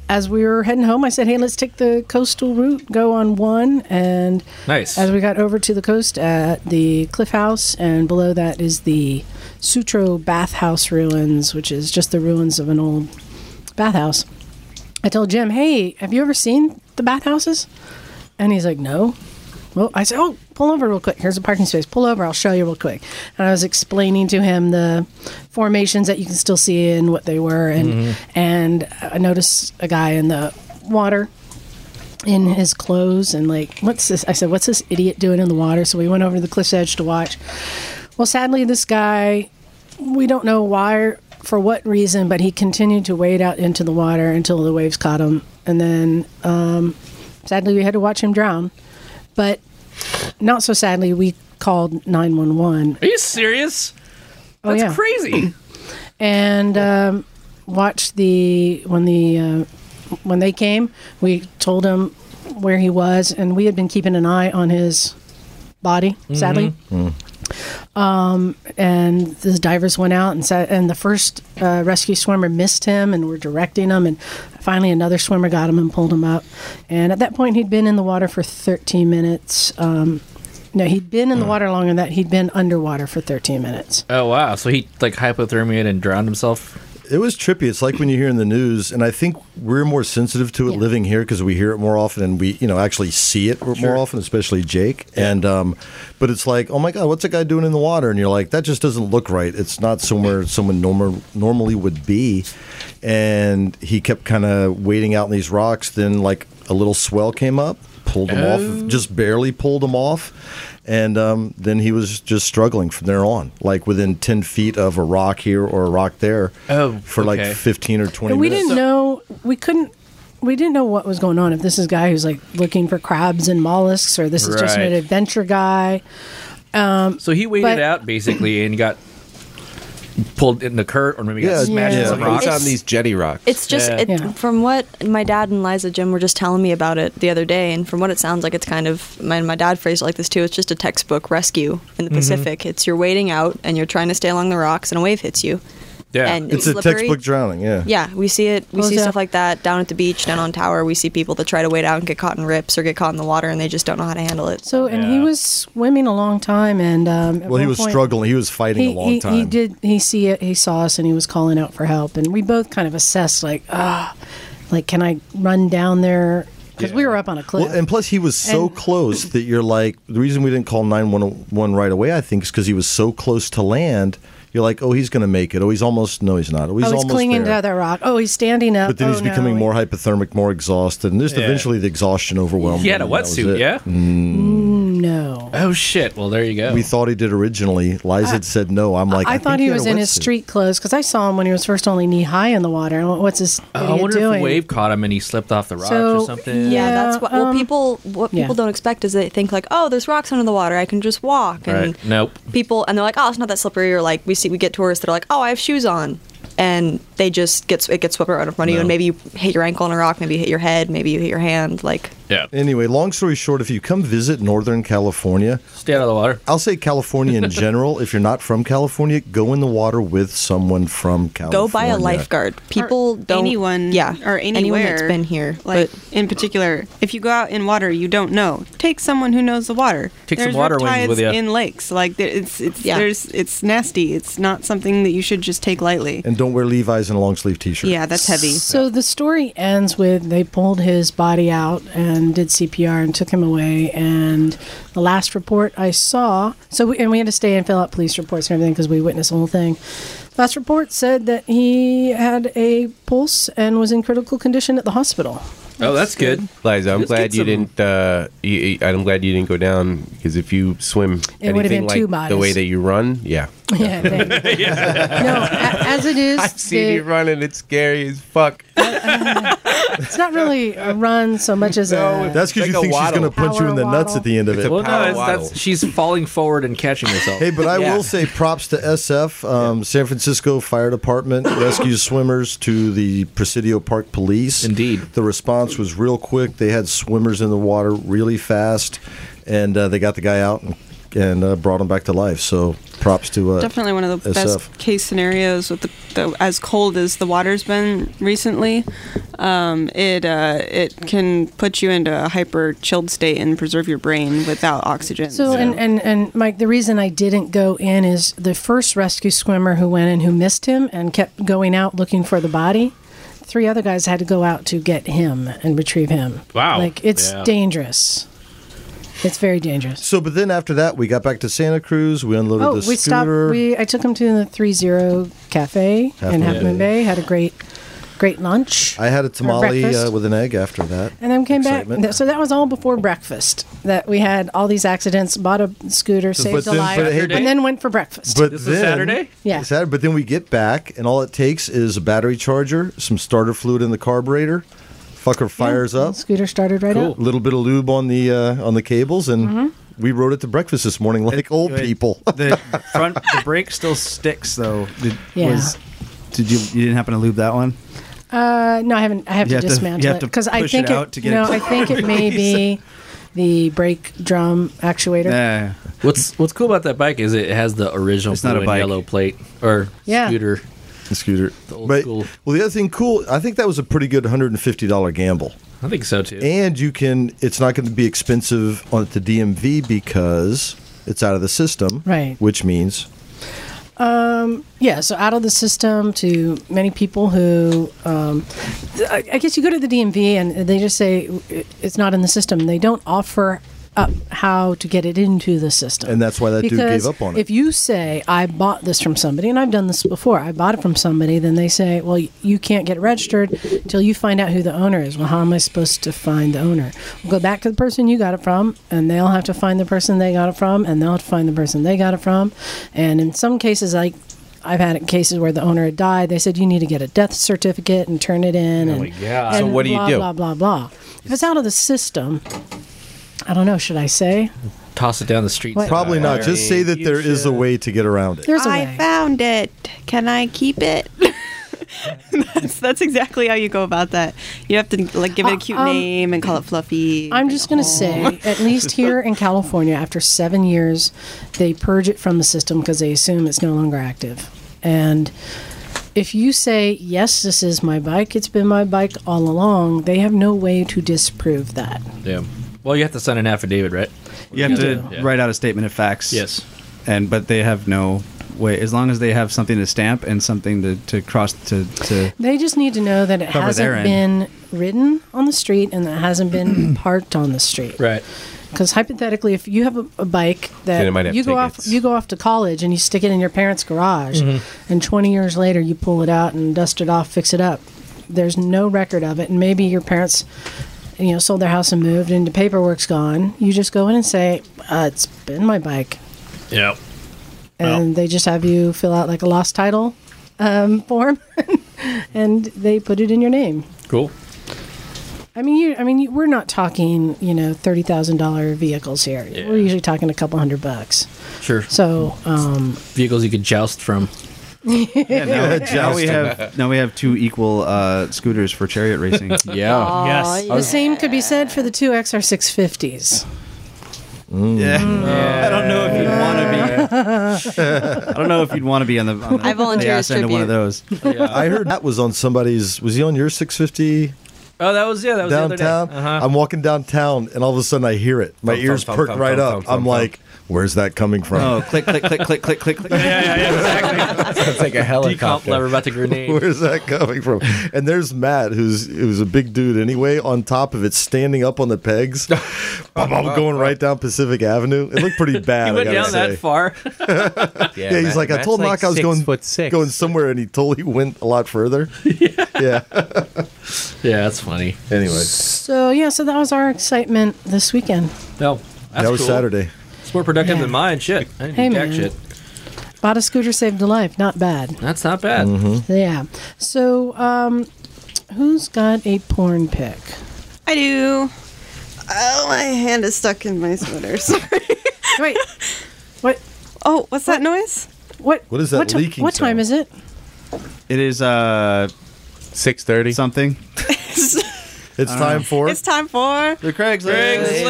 S6: as we were heading home, I said, "Hey, let's take the coastal route, go on one." And
S3: Nice.
S6: as we got over to the coast at the Cliff House, and below that is the Sutro Bathhouse ruins, which is just the ruins of an old bathhouse. I told Jim, "Hey, have you ever seen the bathhouses?" And he's like, "No." Well, I said, "Oh, pull over real quick. Here's a parking space. Pull over. I'll show you real quick." And I was explaining to him the formations that you can still see and what they were, and and I noticed a guy in the water in his clothes and like, "What's this?" I said, "What's this idiot doing in the water?" So we went over to the cliff's edge to watch. Well, sadly, this guy we don't know why or for what reason, but he continued to wade out into the water until the waves caught him. And then, um, sadly, we had to watch him drown. But not so sadly, we called 911.
S3: [LAUGHS] Are you serious?
S6: Oh,
S3: That's
S6: yeah. [CLEARS THROAT]
S3: crazy.
S6: And um, watched the, when the, uh, when they came, we told him where he was, and we had been keeping an eye on his body,
S4: Mm-hmm.
S6: sadly.
S3: Mm-hmm.
S1: Mm.
S6: Um, and the divers went out and sa- and the first uh, rescue swimmer missed him and were directing him and finally another swimmer got him and pulled him up and at that point he'd been in the water for 13 minutes um, no he'd been in the water longer than that he'd been underwater for 13 minutes
S3: Oh wow! So he like hypothermia and drowned himself.
S7: It was trippy. It's like when you hear in the news, and I think we're more sensitive to it
S6: Yeah.
S7: living here because we hear it more often, and we you know actually see it more often, especially Jake. And um, but it's like, oh my god, what's a guy doing in the water? And you're like, that just doesn't look right. It's not somewhere someone normal normally would be. And he kept kind of wading out in these rocks. Then like a little swell came up, pulled him
S3: Oh,
S7: off, just barely pulled him off. And um, then he was just struggling from there on, like within 10 feet of a rock here or a rock there
S3: Oh,
S7: for
S3: okay.
S7: like 15 or 20
S6: and we
S7: minutes.
S6: didn't know we couldn't we didn't know what was going on if this is a guy who's like looking for crabs and mollusks or this is just
S3: Right.
S6: an adventure guy Um,
S3: So he waited
S6: But-
S3: out basically and got pulled in the current, or maybe
S7: Yeah,
S3: got smashed in
S7: yeah.
S3: some
S7: It's-
S3: rocks.
S2: It's on these jetty rocks.
S5: It's just
S3: Yeah.
S5: It,
S6: Yeah.
S5: from what my dad and Liza Jim were just telling me about it the other day, and from what it sounds like, it's kind of my my dad phrased it like this too. It's just a textbook rescue in the
S3: Mm-hmm.
S5: Pacific. It's you're wading out and you're trying to stay along the rocks, and a wave hits you.
S3: yeah.
S5: and
S7: It's a
S5: slippery.
S7: textbook drowning, yeah.
S5: Yeah, we see it. We
S6: Well,
S5: see
S6: yeah.
S5: stuff like that down at the beach, down on Tower. We see people that try to wade out and get caught in rips or get caught in the water, and they just don't know how to handle it.
S6: so and he
S3: Yeah.
S6: was swimming a long time and um, at
S7: Well, he
S6: one
S7: was
S6: point-
S7: struggling. He was fighting
S6: he,
S7: a long
S6: he,
S7: time.
S6: he did. He see it. He saw us, and he was calling out for help. And we both kind of assessed, like, ah, like can I run down there? Because we were up on a cliff.
S7: Well, and plus, he was so
S6: And-
S7: close that you're like, the reason we didn't call 911 right away, I think, is because he was so close to land. You're like, oh, he's going to make it. Oh, he's almost, no, he's not. Oh, he's,
S6: oh, he's
S7: almost
S6: clinging
S7: there.
S6: to that rock. Oh, he's standing up.
S7: But then
S6: Oh,
S7: he's
S6: no,
S7: becoming
S6: he-
S7: more hypothermic, more exhausted, and just
S3: Yeah.
S7: eventually the exhaustion overwhelmed
S3: he had a
S7: him, and that was
S3: wetsuit.
S7: it. Mm.
S3: Yeah.
S6: Mm, No,
S3: Oh shit! Well, there you go.
S7: We thought he did originally. Liza had said no. I'm like,
S6: I,
S7: I,
S6: thought
S7: think
S6: he
S7: had a
S6: was in his
S7: wetsuit.
S6: street clothes because I saw him when he was first only knee high in the water. And what's this?
S3: Oh, I
S6: idiot
S3: wonder
S6: doing?
S3: if a wave caught him and he slipped off the rocks
S6: So,
S3: or something.
S6: yeah.
S5: Yeah, that's what well
S6: um,
S5: people what
S6: yeah.
S5: people don't expect is they think like, oh, there's rocks under the water, I can just walk. And
S3: Right. Nope.
S5: people and they're like, oh, it's not that slippery. Or like we see we get tourists that are like, oh, I have shoes on, and they just get it gets swept right in front of you, and maybe you hit your ankle on a rock, maybe you hit your head, maybe you hit your hand. Like
S3: Yeah.
S7: Anyway, long story short, if you come visit Northern California,
S3: Stay out of the water.
S7: I'll say California
S6: [LAUGHS]
S7: in general. If you're not from California, go in the water with someone from California.
S5: go buy a lifeguard. People don't
S8: anyone
S5: yeah
S8: or
S5: anyone that's
S8: anywhere,
S5: been here.
S8: Like
S5: but
S8: in particular, if you go out in water, you don't know. Take someone who knows the water.
S3: Take some
S8: There's
S3: water wings with
S8: riptides
S3: ya.
S8: in lakes. Like there- it's it's
S5: Yeah.
S8: there's it's nasty. It's not something that you should just take lightly.
S7: And don't wear Levi's and a long sleeve t shirt.
S8: Yeah, that's heavy.
S6: So the story ends with they pulled his body out and did CPR and took him away. And the last report I saw, so we, and we had to stay and fill out police reports and everything because we witnessed the whole thing. Last report said that he had a pulse and was in critical condition at the
S2: [LAUGHS]
S6: hospital.
S3: Oh, that's good.
S2: Liza, I'm
S3: Let's
S2: glad
S3: get
S2: you
S3: some-
S2: didn't. Uh, you- you, I'm glad you didn't go down because if you swim
S6: It would've
S2: anything
S6: been two
S2: like the
S6: bodies.
S2: way that you run, yeah,
S6: Yeah, thank you. No, a- as it is,
S2: I've seen
S6: the-
S2: you running. It's scary as fuck.
S6: it's not really a run so much as
S2: [LAUGHS] No,
S6: a.
S2: it's-
S7: That's because
S2: Like
S7: you
S2: a
S7: think she's
S2: waddle.
S7: going to punch you in the
S6: Power
S7: nuts
S6: waddle.
S7: at the end of it.
S2: It's a
S3: Well, no,
S2: power
S3: it's, that's,
S2: waddle.
S3: she's falling forward and catching
S7: [LAUGHS]
S3: herself.
S7: Hey, but I
S3: Yeah.
S7: will say props to SF, um, San Francisco Fire
S3: [COUGHS]
S7: Department rescues swimmers to the Presidio Park Police.
S3: Indeed.
S7: The response was real quick. They had swimmers in the water really fast, and uh, they got the guy out and, and uh, brought him back to life. So props to uh,
S8: Definitely one of the
S7: SF.
S8: best case scenarios with the, the as cold as the water's been recently. Um, it uh, it can put you into a hyper chilled state and preserve your brain without oxygen.
S6: So and, and and Mike, the reason I didn't go in is the first rescue swimmer who went in who missed him and kept going out looking for the body. Three other guys had to go out to get him and retrieve him.
S7: Oh,
S10: Wow.
S6: like it's
S10: Yeah.
S6: dangerous. It's very dangerous.
S7: So, but then after that, we got back to Santa Cruz. We unloaded
S6: Oh,
S7: the
S6: we stopped.
S7: scooter.
S6: We I took him to the Three Zero Cafe
S7: Half
S6: in
S7: Moon
S6: Half Moon
S7: Bay.
S6: Bay. Had a great, great lunch.
S7: I had a tamale
S6: breakfast.
S7: uh, with an egg after that.
S6: And then came
S7: Excitement.
S6: back. So that was all before breakfast. That we had all these accidents, bought a scooter, saved
S7: then-
S6: a life,
S7: but hey-
S6: and then went for breakfast.
S7: But
S3: This
S7: then,
S3: was Saturday?
S6: Yeah.
S7: Saturday. But then we get back, and all it takes is a battery charger, some starter fluid in the carburetor. Fucker fires up.
S6: Scooter started right
S7: A
S6: up.
S7: little bit of lube on the uh, on the cables, and
S6: Mm-hmm.
S7: we rode it to breakfast this morning like old
S9: Wait,
S7: people. [LAUGHS]
S9: The front, the brake still sticks though. Did,
S6: Yeah.
S9: was- did you? You didn't happen to lube that one?
S6: Uh, no, I haven't. I have
S9: You
S6: to
S9: have to-
S6: dismantle
S9: you have
S6: it
S9: to
S6: because I
S9: push
S6: think
S9: it out to get
S6: no,
S9: it
S6: I think it may be the brake drum actuator.
S9: Yeah.
S3: What's What's cool about that bike is it has the original
S9: It's not
S3: blue
S9: a
S3: and
S9: bike.
S3: yellow plate or
S6: Yeah.
S3: scooter.
S7: The scooter.
S3: old
S7: but,
S3: school.
S7: Well, the other thing cool, I think that was a pretty good hundred and fifty dollar gamble.
S3: I think so too.
S7: And you can, it's not going to be expensive on at the DMV because it's out of the system,
S6: Right.
S7: Which means
S6: Um, Yeah, so out of the system to many people who, um, th- I I guess you go to the DMV and they just say "It- it's not in the system. They don't offer up how to get it into the system.
S7: And that's why that dude gave
S6: Because
S7: up on it.
S6: If you say, I bought this from somebody, and I've done this before, I bought it from somebody, then they say, well, y- you can't get registered till you find out who the owner is. Well, how am I supposed to find the owner? Well, go back to the person you got it from, and they'll have to find the person they got it from, and they'll have to find the person they got it from. And in some cases, like, I've had cases where the owner had died. They said you need to get a death certificate and turn it in. and,
S2: God. So
S6: and
S2: what do you
S6: blah,
S2: do?
S6: Blah blah blah. If it's out of the system, I don't know. Should I say
S3: Toss it down the street.
S6: What?
S7: probably not.
S2: I
S7: Just say that there is a way to get around it.
S6: there's a
S8: I
S6: way?
S8: found it. Can I keep
S6: [LAUGHS]
S8: it? that's, that's exactly how you go about that. You have to like give it a cute
S6: um,
S8: name and call it fluffy.
S6: I'm
S8: bring
S6: just
S8: it
S6: going to
S8: home.
S6: say,
S8: [LAUGHS]
S6: [LAUGHS]
S9: Oh.
S6: at least here in California, after seven years, they purge it from the system because they assume it's no longer active. And if you say, yes, this is my bike, it's been my bike all along, they have no way to disprove that.
S3: Yeah. Well, you have to sign an affidavit, right?
S9: You have to
S3: Yeah.
S9: write out a statement of facts.
S3: Yes.
S9: And but they have no way. As long as they have something to stamp and something to, to cross to, to
S6: They just need to know that it
S9: Cover their
S6: hasn't
S9: end.
S6: been ridden on the street and that it hasn't
S9: [CLEARS THROAT]
S6: been parked on the street.
S3: Right.
S6: Because hypothetically, if you have a, a bike
S2: Then it might
S6: that
S2: have
S6: you go off,
S2: tickets.
S6: you go off to college and you stick it in your parents' garage, and 20 years later you pull it out and dust it off, fix it up. There's no record of it, and maybe your parents, you know, sold their house and moved, and the paperwork's gone. You just go in and say, uh, "It's been my bike,"
S10: Yeah.
S6: and they just have you fill out like a lost title um, form, [LAUGHS] and they put it in your name.
S3: Cool.
S6: I mean, you. I mean, you, we're not talking, you know, thirty thousand dollar vehicles here. We're usually talking a couple hundred bucks.
S3: Sure.
S6: So, um,
S3: Vehicles you could joust from.
S6: [LAUGHS]
S9: yeah, now, now we [LAUGHS] have now we have two equal uh, scooters for chariot
S3: [LAUGHS]
S9: racing.
S1: Yeah.
S9: Oh,
S4: Yes.
S6: the same could be said for the two XR650s.
S3: Oh.
S9: Mm. Yeah. I don't know if you'd
S6: [LAUGHS]
S9: want to be. [LAUGHS] I don't know if you'd want to be on the. On the
S5: I volunteer
S9: the
S5: as
S9: ass end of one of
S5: tribute.
S9: those.
S7: [LAUGHS] I heard that was on somebody's. Was he on your 650
S3: Oh, that was yeah. That was the
S7: downtown?
S3: other day. Uh-huh.
S7: I'm walking downtown, and all of a sudden I hear it. My
S2: Thump,
S7: ears
S2: thump,
S7: perk
S2: thump,
S7: right
S2: thump,
S7: up.
S2: thump,
S7: I'm
S2: thump,
S7: like, "Where's that coming from?"
S9: Oh,
S7: [LAUGHS]
S9: click, click, click, click, click, [LAUGHS] click, click.
S2: It's like a
S3: Decomp lever about the
S7: [LAUGHS]
S3: grenade.
S7: Where's that coming from? And there's Matt, who's who's a big dude anyway, on top of it, standing up on the
S3: [LAUGHS]
S7: pegs, Bum, bum, going right down Pacific Avenue. It looked pretty bad.
S3: [LAUGHS] He
S7: I
S3: went
S7: gotta
S3: down
S7: say.
S3: that far.
S7: [LAUGHS] Yeah, he's like, I told Knock I was going
S2: foot six.
S7: going somewhere, and he totally went a lot further. yeah.
S3: yeah, that's funny.
S7: Anyway,
S6: So yeah, so that was our excitement this weekend.
S3: No, that's
S7: that was
S3: cool.
S7: Saturday.
S3: It's more productive
S6: Yeah.
S3: than mine. Shit. I didn't
S6: Hey,
S3: do jack
S6: man.
S3: shit.
S6: Bought a scooter, saved a life. Not bad.
S3: That's not bad.
S7: Mm-hmm.
S6: Yeah. So, um, who's got a porn pick?
S8: I do. Oh, my hand is stuck in my sweater. [LAUGHS] Sorry.
S6: Wait. what?
S8: Oh, what's that noise?
S6: What?
S7: What is that
S6: what ti-
S7: leaking
S6: What time
S7: sound?
S6: is it?
S9: It is uh
S2: Six thirty.
S9: [LAUGHS] something.
S7: It's time for
S8: It's time for
S9: The Craigslist.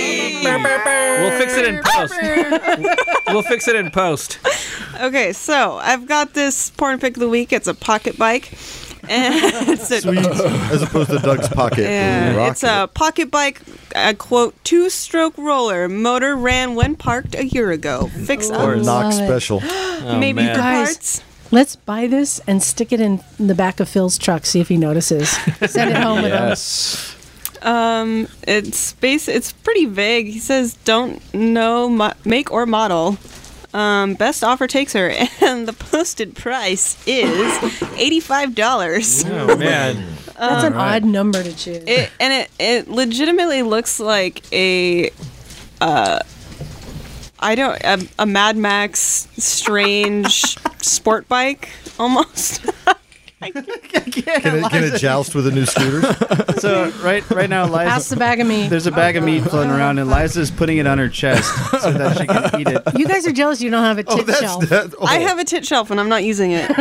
S3: We'll fix it in post. [LAUGHS] we'll fix it in post.
S8: Okay, so I've got this porn pick of the week. It's a pocket bike. [LAUGHS] And it's a, [LAUGHS]
S7: as opposed to Doug's pocket.
S8: Yeah,
S7: Rock
S8: it's a pocket bike, uh, quote, two stroke roller. Motor ran when parked a year ago. Fix
S7: or
S8: up.
S7: knock
S6: Oh, Love it.
S7: special.
S8: [GASPS] Maybe
S3: Oh, man.
S8: the
S6: Guys.
S8: parts.
S6: Let's buy this and stick it in the back of Phil's truck. See if he
S9: [LAUGHS]
S6: notices. Send it home with him.
S1: Yes.
S8: Um, it's base. It's pretty vague. He says, "Don't know mo- make or model." Um, best offer takes her, [LAUGHS] and the posted price is eighty-five dollars.
S3: Oh man.
S6: That's an odd number to choose.
S8: It and it it legitimately looks like a, uh, I don't a, a Mad Max strange sport bike almost.
S7: Can it, can it joust with a new
S8: [LAUGHS]
S7: scooter? [LAUGHS]
S9: So right right now
S6: Pass
S9: Liza
S6: the bag of meat.
S9: there's a bag of meat floating around and Liza's putting it on her
S8: [LAUGHS]
S9: chest so that she can eat it.
S6: You guys are jealous. You don't have a tit shelf.
S7: That- oh.
S8: I have a tit shelf, and I'm not using it. [LAUGHS]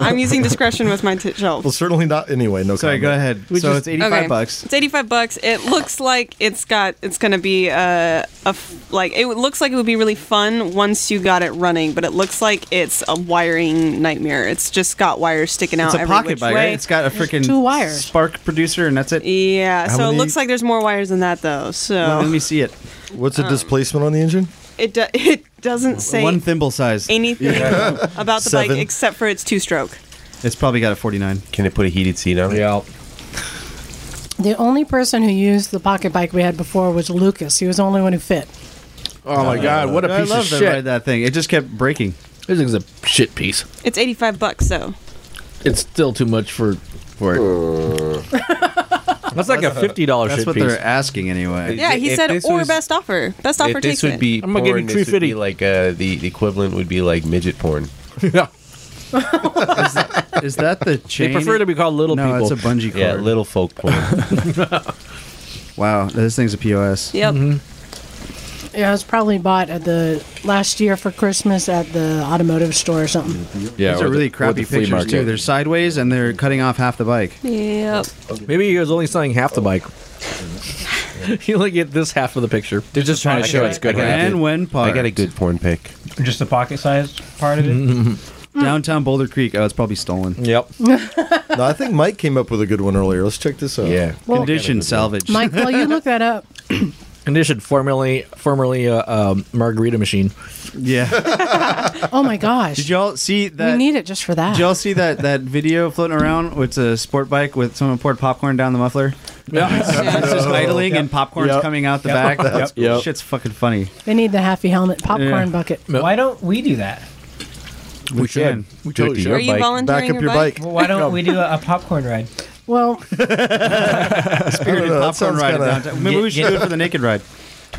S8: I'm using discretion with my tit shelf.
S7: Well, certainly not. Anyway, no.
S9: Sorry,
S7: comment.
S9: go ahead. so
S6: just-
S9: it's 85 bucks.
S8: It's 85 bucks. It looks like it's got it's going to be uh, a f- like it looks like it would be really fun once you got it running, but it looks like it's a wiring nightmare. It's just got wires sticking out
S9: It's a
S8: every
S9: pocket
S8: which
S9: bike,
S8: way.
S9: right? It's got a freaking
S6: two wires.
S9: spark producer and that's it.
S7: How
S8: yeah, so
S7: many-
S8: it looks like there's more wires than that though. So
S9: Let me see it.
S7: What's the displacement on the engine?
S8: it do- it doesn't Uh-uh. say
S9: One thimble size.
S8: anything [LAUGHS] about the
S7: Seven.
S8: bike except for its two stroke.
S9: [LAUGHS] It's probably got a 49.
S2: Can it put a heated seat on? Yeah.
S6: The only person who used the pocket bike we had before was Lucas. He was the only one who fit.
S10: Oh my god, what a
S9: Uh, I
S10: piece of
S9: love that,
S10: shit!
S9: ride, that thing. It just kept breaking.
S10: This thing's a shit piece.
S8: It's 85 bucks though.
S10: It's still too much for for it.
S3: [LAUGHS] That's like a fifty dollars
S9: That's
S3: shit
S9: what
S3: piece.
S9: they're asking anyway.
S8: Yeah, he
S2: If
S8: said
S2: this
S8: or
S2: was-
S8: best offer. Best offer
S2: If
S8: takes
S2: this would
S8: it.
S2: be
S10: I'm gonna give
S2: porn,
S10: you
S2: this would be
S10: 350.
S2: like uh, the the equivalent would be like midget porn.
S9: [LAUGHS] Is that the chain?
S3: They prefer to be called little
S9: no,
S3: people.
S9: it's a bungee cord.
S2: Yeah, little folk porn.
S9: [LAUGHS] wow, this thing's a POS.
S8: Yep.
S6: Yeah, it was probably bought at the last year for Christmas at the automotive store or something.
S9: [LAUGHS]
S1: Yeah,
S9: These
S1: or
S9: are
S1: the-
S9: really
S1: or the
S9: crappy
S1: flea
S9: pictures
S1: market.
S9: too. They're sideways and they're cutting off half the bike.
S8: Yep.
S3: Maybe he was only selling half the bike. [LAUGHS] you only get this half of the picture.
S1: They're just trying to show it's good.
S9: and
S1: right?
S9: when
S2: I
S9: parked.
S2: got a good porn pic.
S4: Just the pocket sized part of it.
S1: Mm-hmm.
S8: Mm.
S9: downtown Boulder Creek. Oh, it's probably stolen.
S8: [LAUGHS]
S3: Yep.
S7: No, I think Mike came up with a good one earlier. Let's check this out.
S2: Yeah.
S6: Well,
S9: Condition salvage.
S6: Mike, well, you look that up.
S3: Condition formerly formerly uh, um, margarita machine.
S9: yeah.
S6: Oh my gosh,
S9: Did y'all see
S6: we
S9: that?
S6: need it just for that.
S9: Did y'all see that that video floating around? with a sport bike with someone poured popcorn down the muffler.
S7: [LAUGHS]
S9: It's
S1: [LAUGHS]
S9: just idling and popcorn's
S10: Yep.
S9: coming out the back. That's,
S10: Yep.
S9: Shit's fucking funny.
S6: they need the happy helmet popcorn
S9: Yeah.
S6: bucket.
S4: Why don't we do that?
S9: We
S10: should. We
S2: Do
S10: totally
S2: it to
S10: should.
S8: Are
S2: your
S8: you
S2: bike.
S8: volunteering
S7: Back up
S8: your,
S7: your bike.
S4: Well,
S2: [LAUGHS]
S4: why
S9: [LAUGHS]
S4: don't we do a, a popcorn ride?
S6: Well,
S9: Spirited
S7: know, that
S9: popcorn
S7: sounds
S9: ride at
S7: kinda-
S9: downtown. Maybe
S4: Get-
S9: we should
S4: get-
S9: do it for the naked
S2: [LAUGHS]
S9: ride.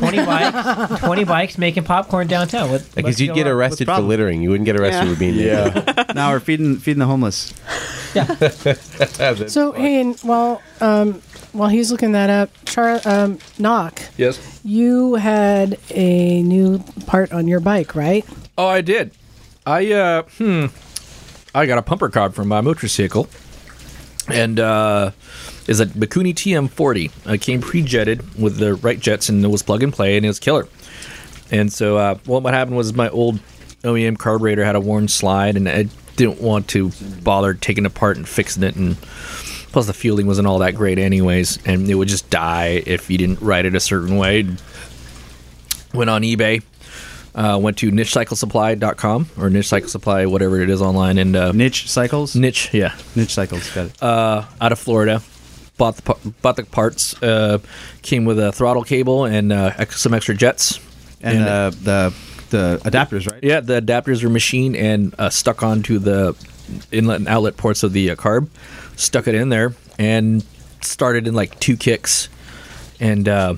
S3: [LAUGHS]
S4: 20 bikes, 20 bikes making popcorn downtown. What- what's
S2: Because you'd
S4: going
S2: get
S4: on?
S2: arrested for
S9: problem?
S2: littering. You wouldn't get arrested
S8: Yeah.
S2: for being naked.
S10: Yeah.
S9: Now we're feeding feeding the homeless.
S2: [LAUGHS]
S6: so hey, and while um, while he's looking that up, Char um, knock.
S3: Yes.
S6: You had a new part on your bike, right?
S3: Oh, I did. I uh hmm. I got a pumper card from my motorcycle, and uh, is a Bakuni TM40. It came pre-jetted with the right jets, and it was plug and play, and it was killer. And so, uh, well, what happened was my old OEM carburetor had a worn slide, and I didn't want to bother taking it apart and fixing it. And plus, the fueling wasn't all that great, anyways, and it would just die if you didn't ride it a certain way. Went on eBay, uh, went to nichecyclesupply.com or niche cycle supply, whatever it is online, and uh,
S9: Niche cycles.
S3: niche, yeah,
S9: Niche cycles. Got it.
S3: uh, out of Florida. Bought the pa- bought the parts. Uh, came with a throttle cable and uh, ex- some extra jets.
S9: and uh, the the adapters, right?
S3: Yeah, the adapters were machined and uh, stuck onto the inlet and outlet ports of the uh, carb. Stuck it in there and started in like two kicks. And uh,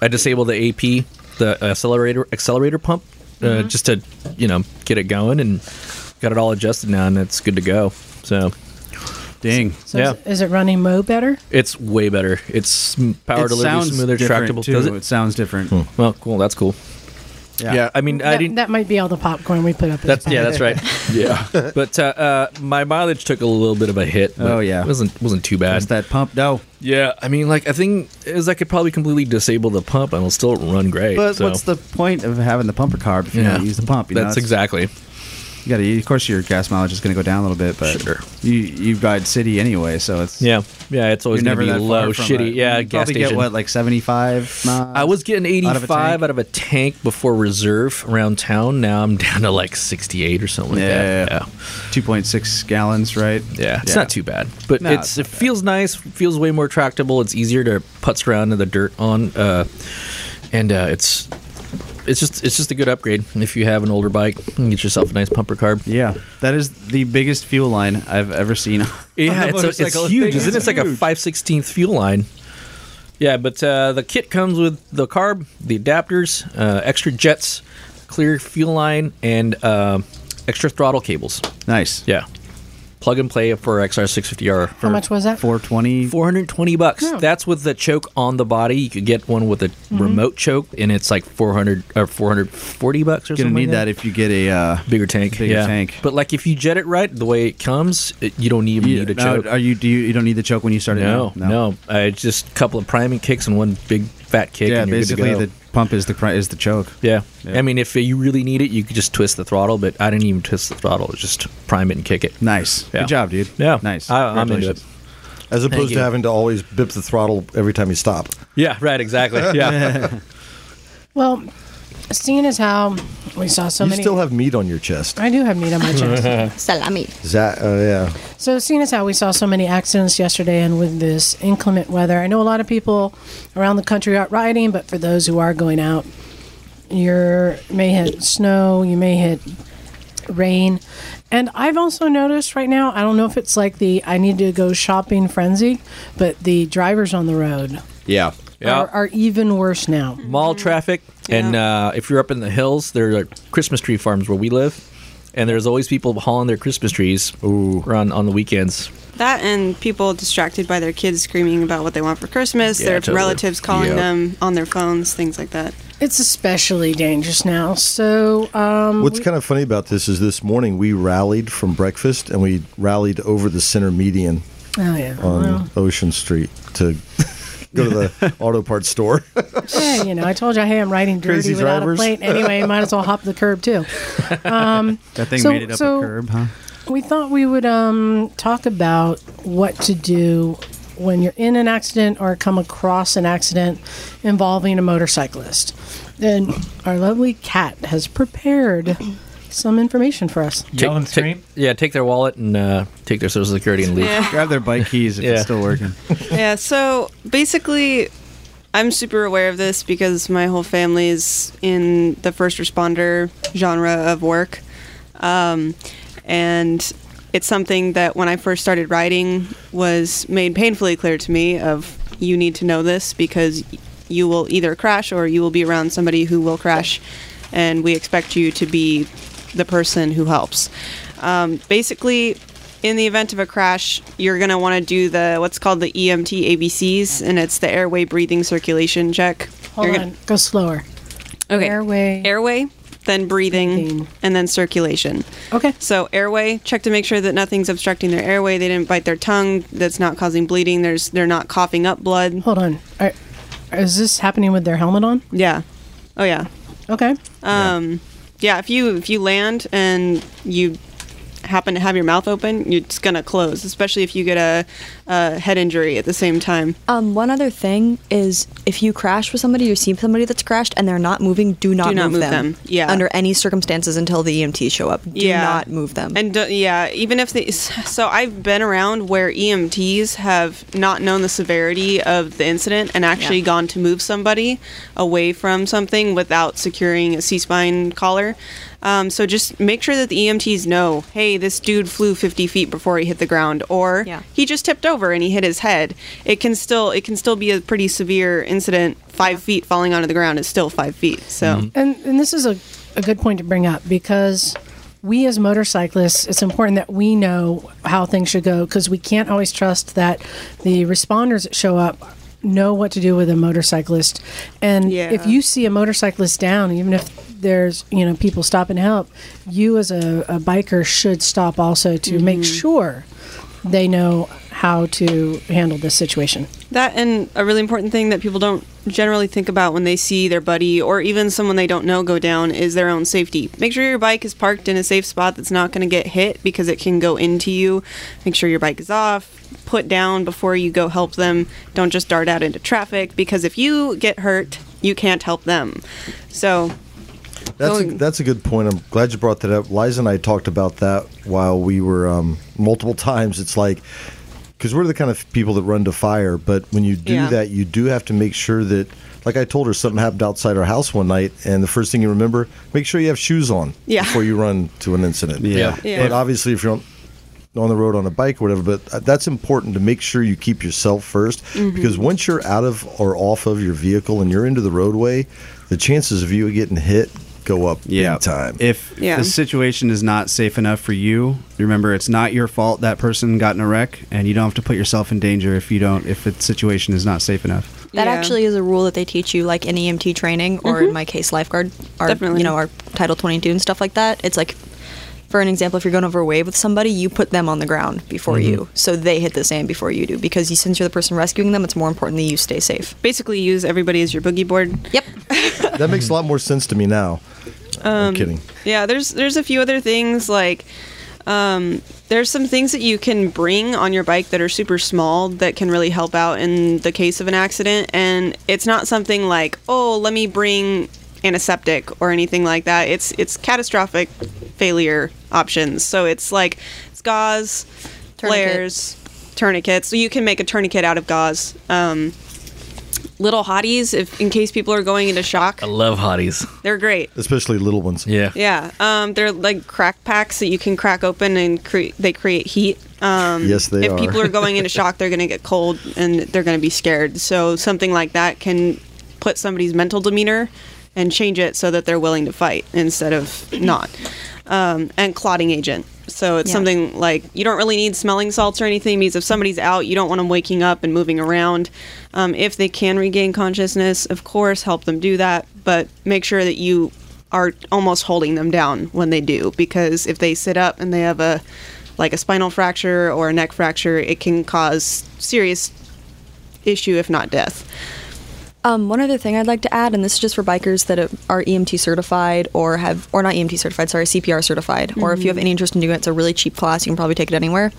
S3: I disabled the AP, the accelerator accelerator pump,
S6: Mm-hmm.
S3: uh, just to you know get it going and got it all adjusted now, and it's good to go. So
S10: Dang.
S6: So
S3: Yeah.
S6: is, is it running Mo better?
S3: it's way better. It's sm- power
S9: it
S3: delivery
S9: sounds
S3: smoother,
S9: different
S3: tractable.
S9: too.
S3: Does
S9: it?
S3: it?
S9: sounds different.
S3: Well, cool. That's cool.
S9: Yeah.
S3: I mean, I
S6: that,
S3: didn't.
S6: that might be all the popcorn we put up. as
S3: That's yeah,
S6: popcorn.
S3: that's right.
S10: Yeah.
S3: But uh, uh, my mileage took a little bit of a hit. but
S9: Oh, yeah.
S3: it wasn't wasn't too
S9: That's
S3: bad.
S9: that pump. No,
S3: Yeah, I mean, like I think is I could probably completely disable the pump and it'll still run great.
S9: but
S3: so-
S9: what's the point of having the pumper carb if you
S3: Yeah.
S9: don't use the pump? You know,
S3: That's
S9: it's-
S3: exactly.
S9: You gotta, of course, your gas mileage is going to go down a little bit, but
S3: Sure.
S9: you you ride city anyway, so it's
S3: Yeah, yeah. It's always
S9: You're
S3: going to
S9: never
S3: be
S9: that far
S3: low,
S9: from
S3: shitty.
S9: it.
S3: yeah,
S9: You
S3: gas
S9: probably
S3: station.
S9: get what like seventy five.
S3: I was getting
S9: Out of a
S3: 85
S9: tank?
S3: out of a tank before reserve around town. Now I'm [LAUGHS] down to like 68 or something like that.
S9: Yeah. two point six gallons, right?
S3: Yeah. Yeah, it's not too bad, but
S9: No,
S3: it's,
S9: it's
S3: it feels nice. Feels way more tractable. It's easier to putz around in the dirt on, uh, and uh, it's it's just it's just a good upgrade. If you have an older bike, you can get yourself a nice pumper carb.
S9: Yeah, that is the biggest fuel line I've ever seen. [LAUGHS]
S3: Yeah, it's, a,
S9: motorcycle.
S3: it's huge,
S9: It's
S3: isn't it? It's like a
S9: huge.
S3: five sixteenth fuel line. Yeah, but uh, the kit comes with the carb, the adapters, uh, extra jets, clear fuel line, and uh, extra throttle cables.
S9: Nice.
S3: Yeah, plug and play for XR650R.
S6: How much was that? Oh.
S9: Four twenty.
S3: Four hundred twenty bucks.
S6: Yeah.
S3: That's with the choke on the body. You could get one with a
S6: Mm-hmm.
S3: remote choke, and it's like four hundred or four hundred forty bucks or
S9: You're
S3: something.
S9: gonna need
S3: like
S9: that if you get a uh,
S3: Bigger tank,
S9: Bigger
S3: yeah.
S9: tank.
S3: But like, if you jet it right, the way it comes, it, you don't even
S9: You,
S3: need a
S9: no,
S3: choke.
S9: Are you do you, you don't need the choke when you start it?
S3: No, no, I just a couple of priming kicks and one big fat kick.
S9: Yeah,
S3: and you're
S9: basically
S3: good to
S9: the
S3: go.
S9: pump is the pri- is the choke.
S3: yeah.
S9: yeah.
S3: I mean, if you really need it, you could just twist the throttle. But I didn't even twist the throttle; it was just prime it and kick it.
S9: Nice.
S3: Yeah.
S9: Good job, dude.
S3: Yeah,
S9: Nice.
S3: I, I'm into it.
S9: Congratulations.
S7: As opposed
S3: you.
S7: to having to always bip the throttle every time you stop.
S3: Yeah, right. Exactly.
S9: [LAUGHS]
S3: Yeah,
S6: Well, seeing as how we saw so
S7: you
S6: many,
S7: still have meat on your chest.
S6: I do have meat on my chest.
S5: Salami.
S7: Is that, uh, yeah.
S6: So, seeing as how we saw so many accidents yesterday and with this inclement weather, I know a lot of people around the country aren't riding, but for those who are going out, you may hit snow, you may hit rain. And I've also noticed right now, I don't know if it's like the I need to go shopping frenzy, but the drivers on the road
S1: Yeah.
S6: are, are even worse now.
S3: Mall traffic, and uh, if you're up in the hills, there are Christmas tree farms where we live, and there's always people hauling their Christmas trees on on the weekends.
S8: That and people distracted by their kids screaming about what they want for Christmas,
S3: Yeah,
S8: their
S3: totally.
S8: relatives calling
S10: Yeah.
S8: them on their phones, things like that.
S6: It's especially dangerous now. So, um,
S7: What's kind of funny about this is this morning we rallied from breakfast and we rallied over the center median
S6: oh yeah,
S7: on
S6: well,
S7: Ocean Street to [LAUGHS] go to
S9: [LAUGHS]
S7: the auto parts store.
S6: yeah, you know, I told you, hey, I'm riding dirty
S7: Crazy
S6: without a
S7: drivers.
S6: plate. Anyway, might as well hop the curb
S9: [LAUGHS]
S6: too. Um,
S9: That thing
S6: So-
S9: made it up
S6: so-
S9: a curb, huh?
S6: We thought we would um, talk about what to do when you're in an accident or come across an accident involving a motorcyclist. And our lovely cat has prepared some information for us.
S4: Yell and
S3: Take-
S4: scream.
S3: yeah, take their wallet and uh, take their social security and leave.
S8: Yeah.
S9: Grab their bike keys if
S3: Yeah.
S9: it's still working.
S8: yeah, so basically, I'm super aware of this because my whole family is in the first responder genre of work. Um, and it's something that when I first started writing was made painfully clear to me of you need to know this because you will either crash or you will be around somebody who will crash and we expect you to be the person who helps. Um, basically, in the event of a crash, you're going to want to do the what's called the E EMT ABCs, and it's the airway breathing circulation check.
S6: Hold
S8: You're
S6: on,
S8: gonna-
S6: go slower.
S8: Okay.
S6: Airway.
S8: Airway, then breathing,
S6: Breathing.
S8: and then circulation.
S6: okay.
S8: So airway, check to make sure that nothing's obstructing their airway. They didn't bite their tongue. That's not causing bleeding. There's they're not coughing up blood.
S6: Hold on. Are, is this happening with their helmet on?
S8: Yeah. Oh yeah.
S6: Okay.
S8: Um, yeah. If you if you land and you happen to have your mouth open, you- it's gonna close. Especially if you get a, a head injury at the same time.
S5: Um, one other thing is if you crash with somebody or see somebody that's crashed and they're not moving, do not,
S8: Do not move them. Yeah.
S5: Under any circumstances until the EMTs show up. Do
S8: Yeah.
S5: not move them.
S8: And do, yeah, even if they [LAUGHS] so I've been around where EMTs have not known the severity of the incident and actually
S5: Yeah.
S8: gone to move somebody away from something without securing a C-spine collar. Um, so just make sure that the EMTs know, hey, this dude flew 50 feet before he hit the ground, or
S5: Yeah.
S8: he just tipped over and he hit his head. It can still it can still be a pretty severe incident. Five feet falling onto the ground is still five feet. So
S6: And and this is a a good point to bring up because we as motorcyclists, it's important that we know how things should go because we can't always trust that the responders that show up know what to do with a motorcyclist. And
S8: Yeah.
S6: if you see a motorcyclist down, even if there's you know people stop and help, you as a, a biker should stop also to
S5: Mm-hmm.
S6: make sure they know how to handle this situation.
S8: That and a really important thing that people don't generally think about when they see their buddy or even someone they don't know go down is their own safety. Make sure your bike is parked in a safe spot that's not going to get hit because it can go into you. Make sure your bike is off, put down before you go help them. Don't just dart out into traffic because if you get hurt, you can't help them. So,
S7: That's a,
S8: Going-
S7: that's a good point. I'm glad you brought that up. Liza and I talked about that while we were um, multiple [LAUGHS] times. It's like because we're the kind of people that run to fire, but when you do
S8: Yeah.
S7: that, you do have to make sure that, like I told her, something happened outside our house one night, and the first thing you remember, make sure you have shoes on
S8: Yeah.
S7: before you run to an incident.
S10: Yeah.
S8: Yeah.
S7: But obviously, if you're on, on the road on a bike or whatever, but uh, that's important to make sure you keep yourself 1st
S8: Mm-hmm.
S7: because once you're out of or off of your vehicle and you're into the roadway, the chances of you getting hit go up
S9: yeah.
S7: big time.
S9: If
S8: Yeah.
S9: the situation is not safe enough for you, remember it's not your fault that person got in a wreck, and you don't have to put yourself in danger if you don't. If the situation is not safe enough.
S5: That
S8: Yeah. Mm-hmm.
S5: actually is a rule that they teach you, like in EMT training, or in my case, lifeguard, or
S8: Definitely.
S5: you know, our Title 22 and stuff like that. It's like, for an example, if you're going over a wave with somebody, you put them on the ground before
S8: Mm-hmm.
S5: you, so they hit the sand before you do, because you, since you're the person rescuing them, it's more important that you stay safe.
S8: basically use everybody as your boogie board.
S5: Yep.
S7: that makes a lot more sense to me now.
S8: Um,
S7: I'm kidding.
S8: Yeah, there's there's a few other things like um, there's some things that you can bring on your bike that are super small that can really help out in the case of an accident, and it's not something like oh let me bring antiseptic or anything like that. It's it's catastrophic failure options. So it's like it's gauze,
S5: Tourniquet.
S8: flares, tourniquets. So you can make a tourniquet out of gauze. Um, little hotties, if in case people are going into shock,
S3: I love hotties.
S8: they're great.
S7: Especially little ones.
S3: Yeah.
S8: Yeah, um, they're like crack packs that you can crack open and cre- they create heat. Um,
S7: Yes, they
S8: if
S7: are.
S8: people are
S7: [LAUGHS]
S8: going into shock, they're going to get cold and they're going to be scared. So something like that can put somebody's mental demeanor and change it so that they're willing to fight instead of not. Um, and clotting agent. So it's
S5: Yeah.
S8: something like you don't really need smelling salts or anything. Means if somebody's out, you don't want them waking up and moving around. Um, if they can regain consciousness, of course, help them do that. But make sure that you are almost holding them down when they do because if they sit up and they have a like a spinal fracture or a neck fracture it can cause serious issue if not death
S5: Um, one other thing I'd like to add, and this is just for bikers that are EMT certified or have, or not EMT certified, sorry, CPR certified, or if you have any interest in doing it, it's a really cheap class. You can probably take it anywhere.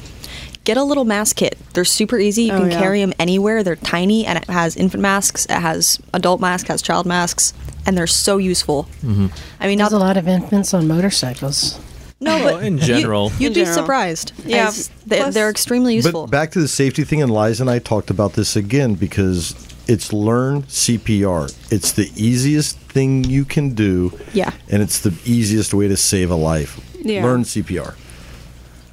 S5: Get a little mask kit. They're super easy. You
S8: Oh,
S5: can
S8: yeah.
S5: carry them anywhere. They're tiny, and it has infant masks, it has adult masks, has child masks, and they're so useful.
S3: Mm-hmm.
S5: I mean, not
S6: There's a lot of infants on motorcycles.
S5: No,
S3: Well,
S5: but
S3: in
S5: you-
S3: general.
S5: you'd
S8: In
S5: be
S8: general.
S5: surprised.
S8: Yeah,
S5: As they,
S8: plus-
S5: they're extremely useful.
S7: But back to the safety thing, and Liza and I talked about this again because it's learn CPR. It's the easiest thing you can do.
S5: Yeah.
S7: And it's the easiest way to save a life.
S8: Yeah.
S7: Learn CPR.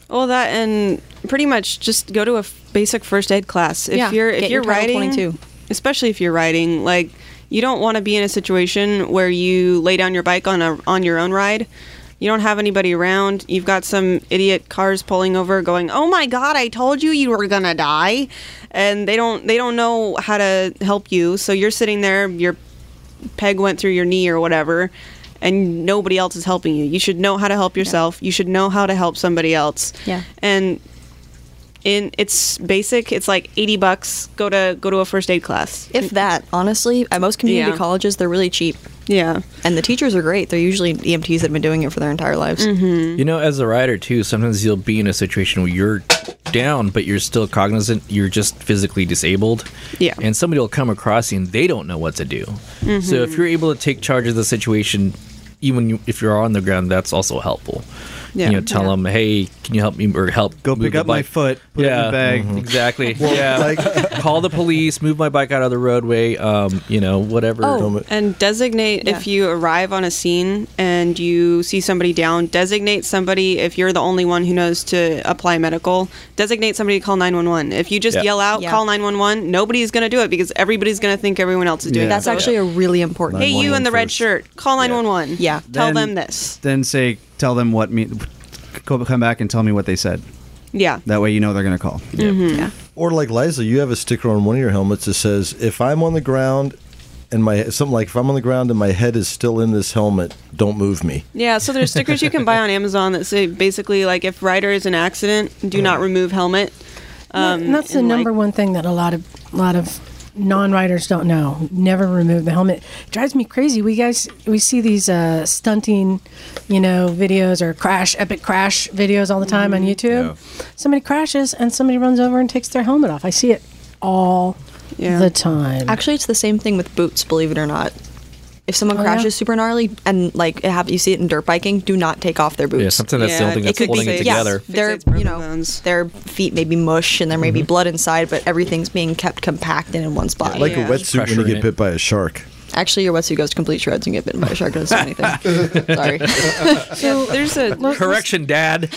S8: well that and pretty much just go to a f- basic first aid class if
S5: Yeah,
S8: you're if
S5: get
S8: you're
S5: your Title
S8: riding
S5: 22.
S8: especially if you're riding like you don't want to be in a situation where you lay down your bike on a on your own ride you don't have anybody around you've got some idiot cars pulling over going oh my god i told you you were gonna die and they don't they don't know how to help you so you're sitting there your peg went through your knee or whatever and nobody else is helping you you should know how to help yourself you should know how to help somebody else
S5: Yeah.
S8: and in it's basic it's like 80 bucks go to go to a first aid class
S5: if that, honestly, at most community
S8: Yeah.
S5: colleges, they're really cheap.
S8: yeah
S5: And the teachers are great. They're usually EMTs that have been doing it for their entire lives.
S8: Mm-hmm.
S3: You know, as a rider too, sometimes you'll be in a situation where you're down, but you're still cognizant. You're just physically disabled.
S8: Yeah.
S3: And somebody will come across you, and they don't know what to do. So if you're able to take charge of the situation, even you- if you're on the ground, that's also helpful.
S5: Yeah.
S3: you know, tell
S5: Yeah.
S3: them, hey, can you help me or help
S9: Go
S3: move
S9: pick
S3: the
S9: up my
S3: bike?" Mm-hmm.
S9: foot, put it in the bag. [LAUGHS]
S3: Exactly. yeah. [LAUGHS] Call the police, move my bike out of the roadway, um, you know, whatever.
S8: Oh, and designate if
S5: Yeah.
S8: you arrive on a scene and you see somebody down, designate somebody if you're the only one who knows to apply medical, designate somebody to call 911. If you just
S3: Yeah.
S8: yell out,
S5: Yeah.
S8: call 911, nobody's going to do it because everybody's going to think everyone else is doing
S9: Yeah.
S8: it.
S5: That's actually a really important.
S8: Hey, you in the red
S7: 911 first.
S8: shirt, call 911.
S5: Yeah.
S8: Tell
S9: Then-
S8: them this.
S9: Then say, tell them what me. go- Come back and tell me what they said.
S8: Yeah.
S9: That way you know they're going to call.
S5: Yeah.
S7: Or like Liza, you have a sticker on one of your helmets that says, "If I'm on the ground." And my something like if I'm on the ground and my head is still in this helmet, don't move me.
S8: Yeah, so there's stickers you can buy on Amazon that say basically like if rider is an accident, do not remove helmet.
S6: And that's the
S8: Um, and, like-
S6: number one thing that a lot of lot of non-riders don't know. Never remove the helmet. drives me crazy. We guys we see these uh, stunting, you know, videos or crash epic crash videos all the time on
S8: Mm-hmm.
S6: YouTube. Somebody crashes and somebody runs over and takes their helmet off. I see it all
S8: Yeah.
S6: the time.
S5: Actually, it's the same thing with boots. Believe it or not. If someone
S6: Oh, yeah.
S5: crashes super gnarly and like it hap- you see it in dirt biking, do not take off their boots.
S3: yeah, sometimes that's the only thing
S8: Yeah,
S3: that's
S8: it could
S3: holding
S8: be-
S3: it
S8: yeah.
S3: together.
S5: Their
S8: Fixates
S5: you know
S8: broken bones.
S5: their feet may be mush and there may
S3: Mm-hmm.
S5: be blood inside, but everything's being kept compact and in one spot.
S7: Like
S8: Yeah.
S7: a wetsuit when
S3: Pressure
S7: you
S3: in
S7: get
S3: it.
S7: bit by a shark.
S5: Actually, your wetsuit goes to complete shreds and get bitten by a shark. Doesn't say
S3: [LAUGHS]
S5: anything. Sorry.
S6: so
S8: There's a
S3: Correction, Dad.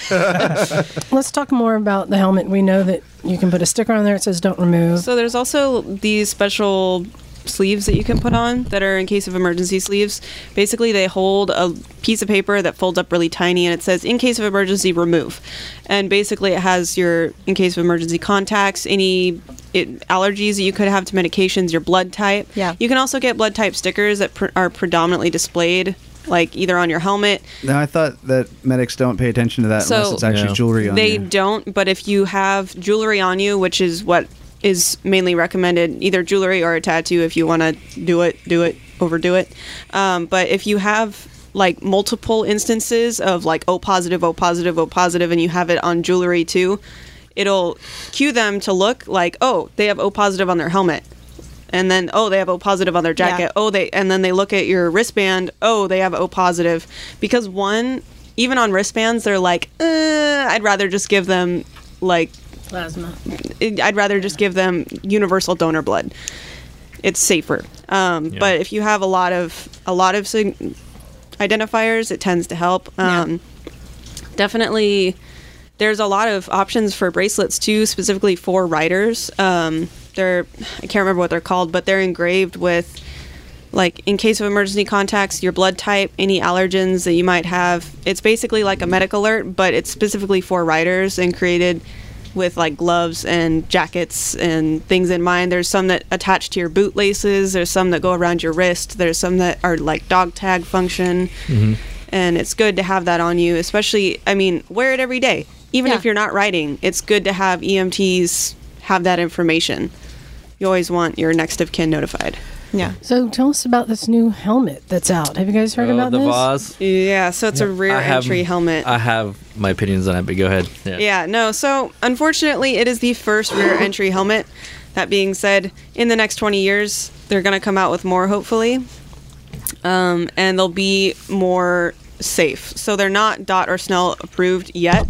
S6: let's talk more about the helmet. We know that you can put a sticker on there that says "Don't remove."
S8: So there's also these special sleeves that you can put on that are in case of emergency sleeves. Basically, they hold a piece of paper that folds up really tiny and it says, in case of emergency, remove. And basically, it has your, in case of emergency, contacts, any it, allergies that you could have to medications, your blood type.
S5: Yeah.
S8: You can also get blood type stickers that pr- are predominantly displayed, like either on your helmet.
S9: Now, I thought that medics don't pay attention to that
S8: So-
S9: unless it's actually
S3: Yeah.
S9: jewelry on
S8: They
S9: you.
S8: don't, but if you have jewelry on you, which is what is mainly recommended, either jewelry or a tattoo, if you want to do it, do it, overdo it. Um, but if you have like multiple instances of like O positive, O positive, O positive, and you have it on jewelry too, it'll cue them to look like, oh, they have O positive on their helmet. And then, oh, they have O positive on their jacket.
S5: Yeah.
S8: Oh, they, and then they look at your wristband. Oh, they have O positive. Because one, even on wristbands, they're like, uh, I'd rather just give them, like,
S6: Plasma.
S8: I'd rather just give them universal donor blood. It's safer. Um, But if you have a lot of a lot of sig- identifiers, it tends to help. Um, Definitely, there's a lot of options for bracelets too, specifically for riders. Um, they're I can't remember what they're called, but they're engraved with like in case of emergency contacts, your blood type, any allergens that you might have. It's basically like a medic alert, but it's specifically for riders and created with like gloves and jackets and things in mind. There's some that attach to your boot laces, there's some that go around your wrist, there's some that are like dog tag function.
S3: Mm-hmm.
S8: And it's good to have that on you, especially I mean, wear it every day. Even
S5: Yeah.
S8: if you're not riding, it's good to have EMTs have that information. You always want your next of kin notified.
S5: yeah.
S6: So tell us about this new helmet that's out. Have you guys
S8: Uh,
S6: heard
S3: Oh,
S6: about
S3: the
S6: this?
S3: Vaz.
S8: Yeah, so it's a rear
S3: I have-
S8: entry helmet.
S3: I have my opinions on it, but go ahead.
S8: yeah, no. So unfortunately, it is the first rear entry helmet. That being said, in the next 20 years, they're going to come out with more, hopefully, um, and they'll be more safe. So they're not Dot or Snell approved yet.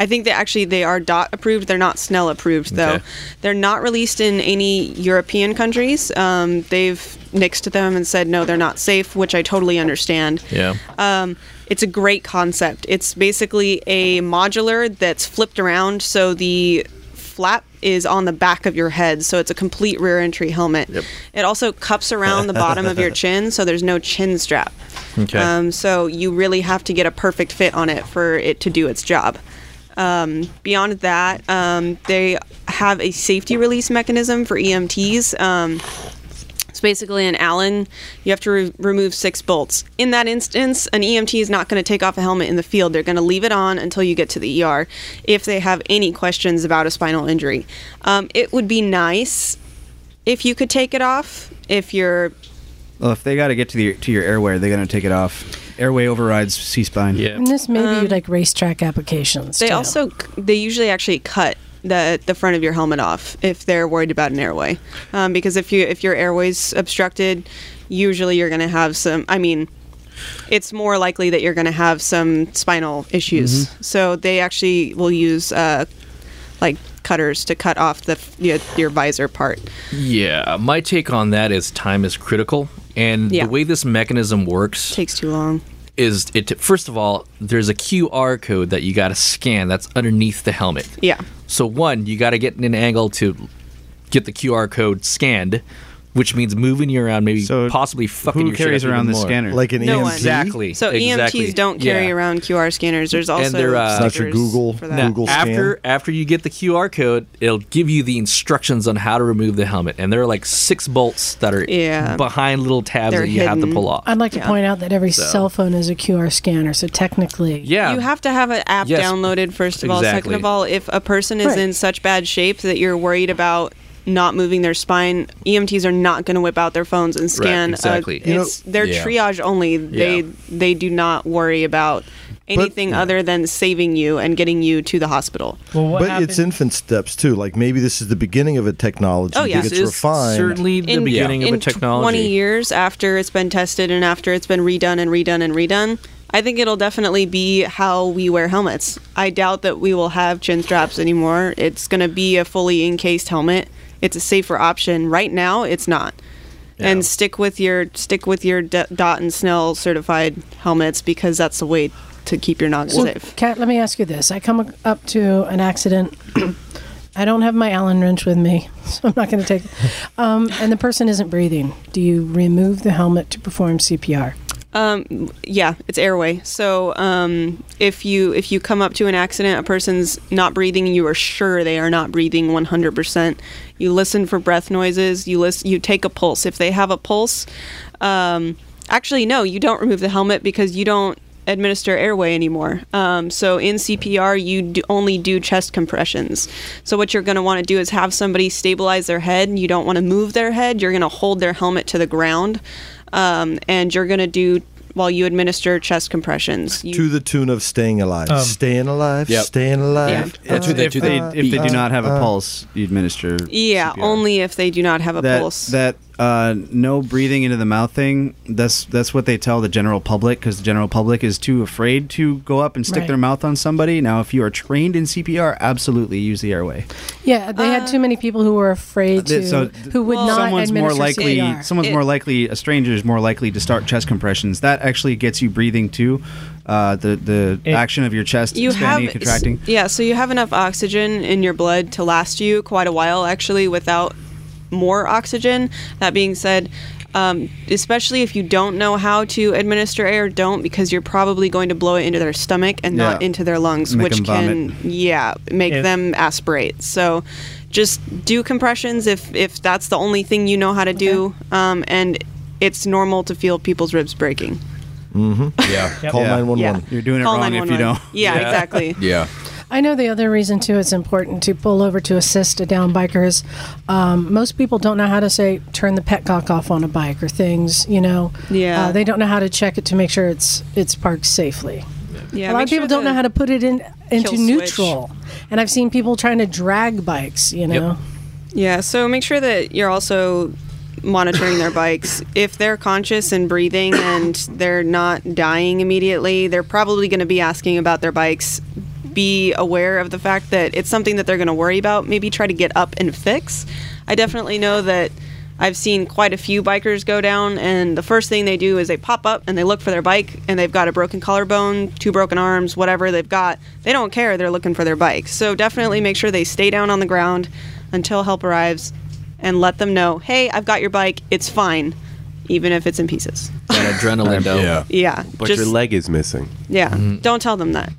S8: I think they actually they are Dot approved. They're not Snell approved though.
S3: Okay.
S8: They're not released in any European countries. Um, they've nixed them and said no, they're not safe, which I totally understand.
S3: Yeah.
S8: Um, it's a great concept. It's basically a modular that's flipped around, so the flap is on the back of your head, so it's a complete rear entry helmet. It also cups around the bottom of your chin, so there's no chin strap.
S3: Okay.
S6: Uh,
S8: Um, so you really have to get a perfect fit on it for it to do its job. Um, beyond that, um, they have a safety release mechanism for EMTs. Um, it's basically an Allen. You have to re- remove six bolts. In that instance, an EMT is not going to take off a helmet in the field. They're going to leave it on until you get to the ER if they have any questions about a spinal injury. Um, it would be nice if you could take it off if you're
S9: Well, if they got to get to the to your airway, they're going to take it off. Airway overrides C spine.
S3: Yeah.
S6: And this may
S8: um,
S6: be like racetrack applications.
S8: They
S6: too.
S8: also they usually actually cut the the front of your helmet off if they're worried about an airway, um, because if you if your airway's obstructed, usually you're going to have some. I mean, it's more likely that you're going to have some spinal issues.
S7: Mm-hmm.
S8: So they actually will use uh, like cutters to cut off the f- your, your visor part.
S3: Yeah, my take on that is time is critical, and
S8: Yeah.
S3: the way this mechanism works
S8: Takes too long.
S3: is it. First of all, there's a QR code that you got to scan that's underneath the helmet.
S8: Yeah.
S3: So one, you got to get in an angle to get the QR code scanned, which means moving you around, maybe
S9: So
S3: possibly fucking
S9: Who
S3: your shit up
S9: carries
S3: even
S9: around the
S3: more.
S9: scanner?
S7: like an E
S8: No
S7: EMP.
S8: one.
S3: Exactly.
S8: So
S3: exactly.
S8: EMTs don't carry
S3: Yeah.
S8: around QR scanners. There's also
S3: they're, uh,
S7: not
S3: It's
S7: your
S8: stickers
S7: Google-
S8: for
S3: Now,
S8: that.
S7: Google scan.
S3: after after you get the QR code, it'll give you the instructions on how to remove the helmet, and there are like six bolts that are
S8: Yeah.
S3: behind little tabs
S8: They're
S3: that you have to
S8: hidden.
S3: pull off.
S6: I'd like to point out that every cell phone is a QR scanner, so technically,
S3: yeah,
S8: You have to have an app
S3: Yes.
S8: downloaded first of all. Second
S3: Exactly.
S8: of all, if a person is
S6: Right.
S8: in such bad shape that you're worried about not moving their spine, EMTs are not going to whip out their phones and scan. uh,
S3: exactly. You
S7: know-
S8: it's they're
S3: Yeah.
S8: triage only. They
S3: Yeah.
S8: they do not worry about anything other than saving you and getting you to the hospital.
S4: Well, what
S7: but
S4: happened-
S7: it's infant steps too. Like maybe this is the beginning of a technology
S8: Oh, yeah.
S7: that gets
S3: This is
S7: refined.
S3: certainly the
S8: In-
S3: beginning of
S8: in
S3: a technology.
S8: 20 years after it's been tested and after it's been redone and redone and redone, I think it'll definitely be how we wear helmets. I doubt that we will have chin straps anymore. It's going to be a fully encased helmet. It's a safer option. Right now, it's not. And stick with your stick with your D- Dot and Snell certified helmets because that's the way to keep your noggin
S6: Well,
S8: safe.
S6: Kat, let me ask you this. I come up to an accident. [CLEARS THROAT] I don't have my Allen wrench with me, [LAUGHS] so I'm not going to take it. Um, and the person isn't breathing. Do you remove the helmet to perform CPR?
S8: Um, yeah, it's airway. So um, if you if you come up to an accident, a person's not breathing, you are sure they are not breathing 100. percent You listen for breath noises. You list, You take a pulse. If they have a pulse, um, actually no, you don't remove the helmet because you don't administer airway anymore. Um, so in CPR, you do only do chest compressions. So what you're going to want to do is have somebody stabilize their head. You don't want to move their head. You're going to hold their helmet to the ground, um, and you're going to do while you administer chest compressions. You,
S7: to the tune of staying alive,
S4: Um,
S7: staying alive,
S1: Yep.
S7: staying alive. Uh,
S1: That's what they
S9: if
S1: do.
S9: they,
S1: that
S9: if they do
S1: beat.
S9: not have a pulse, you administer.
S8: yeah,
S9: CPR.
S8: only if they do not have a
S9: that
S8: pulse.
S9: that uh, no breathing into the mouth thing. That's that's what they tell the general public because the general public is too afraid to go up and stick
S6: Right.
S9: their mouth on somebody. Now, if you are trained in CPR, absolutely use the airway.
S6: Yeah, they had too many people who were afraid
S9: Th-
S6: to,
S9: so
S6: who would
S8: Uh, Well,
S6: not
S9: someone's more
S6: administer
S9: likely
S6: CPR.
S9: someone's
S8: It-
S9: more likely a stranger is more likely to start chest compressions that actually gets you breathing too uh, the the
S4: It-
S9: action of your chest
S8: you have
S9: expanding and contracting
S8: Yeah, so you have enough oxygen in your blood to last you quite a while, actually, without more oxygen. That being said, um, especially if you don't know how to administer air, don't because you're probably going to blow it into their stomach and not
S9: Yeah.
S8: into their lungs,
S9: Make
S8: which
S9: them
S8: can
S9: vomit.
S8: yeah make
S4: Yeah.
S8: them aspirate. So. Just do compressions if, if that's the only thing you know how to do, um, and it's normal to feel people's ribs breaking.
S4: Yep.
S7: Call
S9: Yeah.
S7: nine one one.
S9: you're doing it
S8: Call
S9: wrong if you
S8: 911.
S9: don't [LAUGHS]
S8: yeah, exactly.
S1: Yeah.
S6: I know the other reason too. It's important to pull over to assist a down biker is um, most people don't know how to say turn the petcock off on a bike or things. You know,
S8: Yeah.
S6: uh, they don't know how to check it to make sure it's it's parked safely. a
S8: Yeah,
S6: lot
S8: make
S6: of people
S8: sure
S6: don't
S8: the-
S6: know how to put it in into
S8: switch.
S6: neutral, and I've seen people trying to drag bikes. You know,
S8: Yeah, so make sure that you're also monitoring their bikes. If they're conscious and breathing and they're not dying immediately, they're probably going to be asking about their bikes. Be aware of the fact that it's something that they're going to worry about. Maybe try to get up and fix. I definitely know that I've seen quite a few bikers go down, and the first thing they do is they pop up and they look for their bike, and they've got a broken collarbone, two broken arms, whatever they've got. They don't care. They're looking for their bike. So definitely make sure they stay down on the ground until help arrives and let them know, hey, I've got your bike. It's fine, even if it's in pieces.
S2: [LAUGHS]
S3: that adrenaline, though. Mm-hmm.
S1: Yeah.
S8: Yeah.
S2: But your leg is missing.
S8: yeah.
S2: Mm-hmm.
S8: Don't tell them that.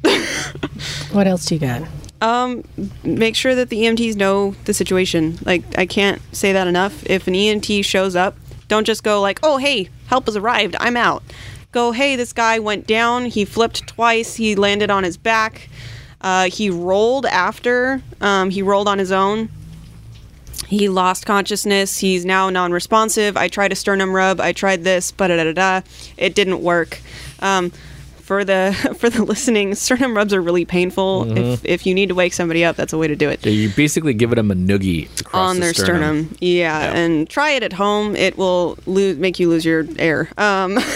S6: what else do you got?
S8: Um, make sure that the EMTs know the situation. Like I can't say that enough. If an EMT shows up, don't just go like, "Oh, hey, help has arrived. I'm out." Go, "Hey, this guy went down. He flipped twice. He landed on his back. Uh, he rolled after. Um, he rolled on his own. He lost consciousness. He's now non-responsive. I tried a sternum rub. I tried this, but da da da. It didn't work." Um, for the [LAUGHS] for the listening, sternum rubs are really painful.
S9: Mm-hmm.
S8: If if you need to wake somebody up, that's a way to do it.
S3: Yeah, You're basically giving them a noogie across
S8: on
S3: the
S8: their sternum. Yeah, and try it at home. It will lose, make you lose your air. Um, [LAUGHS]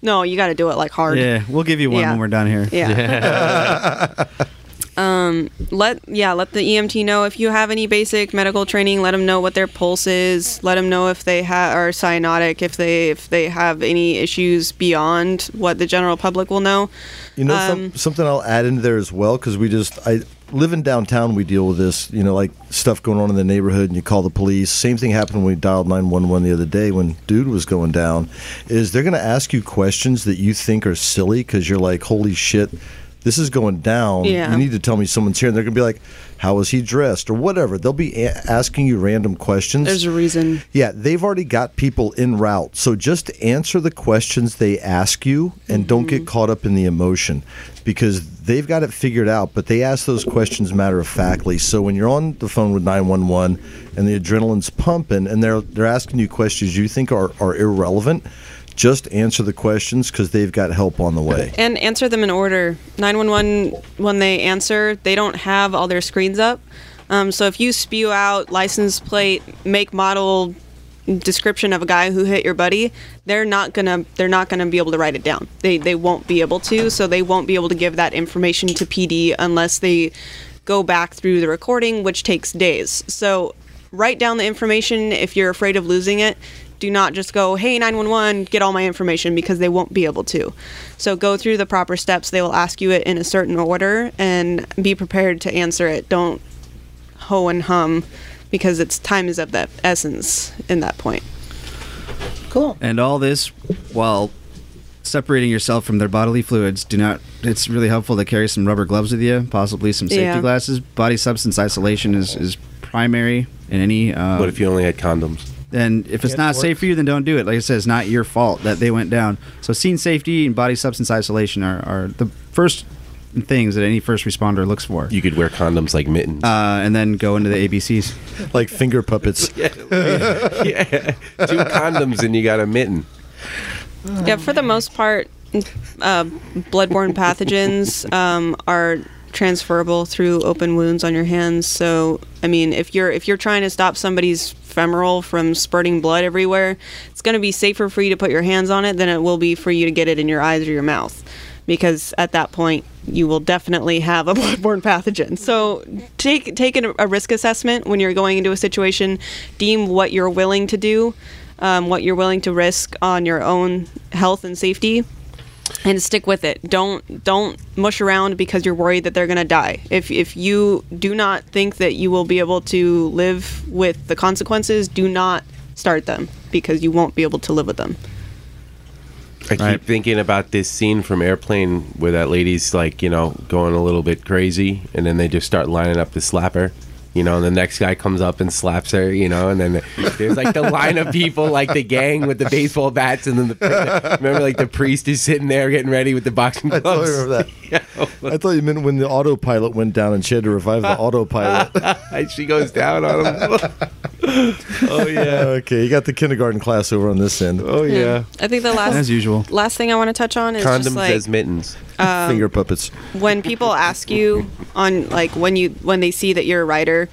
S8: No, you got to do it like hard.
S9: Yeah, we'll give you one
S8: Yeah.
S9: when we're done here.
S8: Yeah. [LAUGHS] um, let yeah, let the EMT know if you have any basic medical training. Let them know what their pulse is. Let them know if they ha- are cyanotic. If they if they have any issues beyond what the general public will know. Um,
S7: You know, some, something I'll add into there as well because we just I live in downtown. We deal with this, you know, like stuff going on in the neighborhood, and you call the police. Same thing happened when we dialed nine one one the other day when dude was going down. Is they're going to ask you questions that you think are silly because you're like, holy shit. This is going down.
S8: Yeah.
S7: You need to tell me someone's here. And they're going to be like, How was he dressed? Or whatever. They'll be a- asking you random questions.
S8: There's a reason.
S7: Yeah, they've already got people en route. So just answer the questions they ask you and don't get caught up in the emotion because they've got it figured out, but they ask those questions matter of factly. So when you're on the phone with 911 and the adrenaline's pumping and they're they're asking you questions you think are, are irrelevant, just answer the questions because they've got help on the
S8: [LAUGHS]
S7: way.
S8: And answer them in order. 911, when they answer, they don't have all their screens up. Um, so if you spew out license plate, make, model, description of a guy who hit your buddy, they're not gonna they're not gonna be able to write it down. They they won't be able to. So they won't be able to give that information to PD unless they go back through the recording, which takes days. So write down the information if you're afraid of losing it. Do not just go, hey, 911, get all my information because they won't be able to. So go through the proper steps. They will ask you it in a certain order and be prepared to answer it. Don't ho and hum because it's time is of the essence in that point.
S6: Cool.
S9: And all this while separating yourself from their bodily fluids. Do not. It's really helpful to carry some rubber gloves with you, possibly some safety
S8: Yeah.
S9: glasses. Body substance isolation is is primary in any. Uh,
S2: What if you only had condoms?
S9: and if it's not safe for you, then don't do it. Like I said, it's not your fault that they went down. So scene safety and body substance isolation are, are the first things that any first responder looks for.
S2: You could wear condoms like mittens.
S9: uh, and then go into the ABCs.
S7: Like finger
S2: [LAUGHS]
S7: puppets.
S2: Two condoms and you got a mitten.
S8: yeah, for the most part, uh, bloodborne pathogens um, are transferable through open wounds on your hands. So, I mean, if you're if you're trying to stop somebody's femoral from spurting blood everywhere, it's going to be safer for you to put your hands on it than it will be for you to get it in your eyes or your mouth, because at that point you will definitely have a [LAUGHS] bloodborne pathogen. So take take an, a risk assessment when you're going into a situation. Deem what you're willing to do um, what you're willing to risk on your own health and safety and stick with it don't don't mush around because you're worried that they're going to die if if you do not think that you will be able to live with the consequences do not start them because you won't be able to live with them
S2: I keep
S9: Right.
S2: thinking about this scene from Airplane where that lady's like, you know, going a little bit crazy, and then they just start lining up to slap her. You know, and the next guy comes up and slaps her. You know, and then there's like the line of people, like the gang with the baseball bats, and then the, remember like the priest is sitting there getting ready with the boxing
S7: I totally
S2: gloves.
S7: remember that. I thought you meant when the autopilot went down and she had to revive the autopilot.
S2: And [LAUGHS] she goes down on him.
S7: [LAUGHS] Oh yeah. okay, you got the kindergarten class over on this end.
S2: oh yeah,
S8: Hmm. i think the last
S9: As usual.
S8: last thing i want to touch on is
S2: condoms
S8: just like um,
S2: as mittens.
S7: Finger puppets.
S8: when people ask you on like when you when they see that you're a writer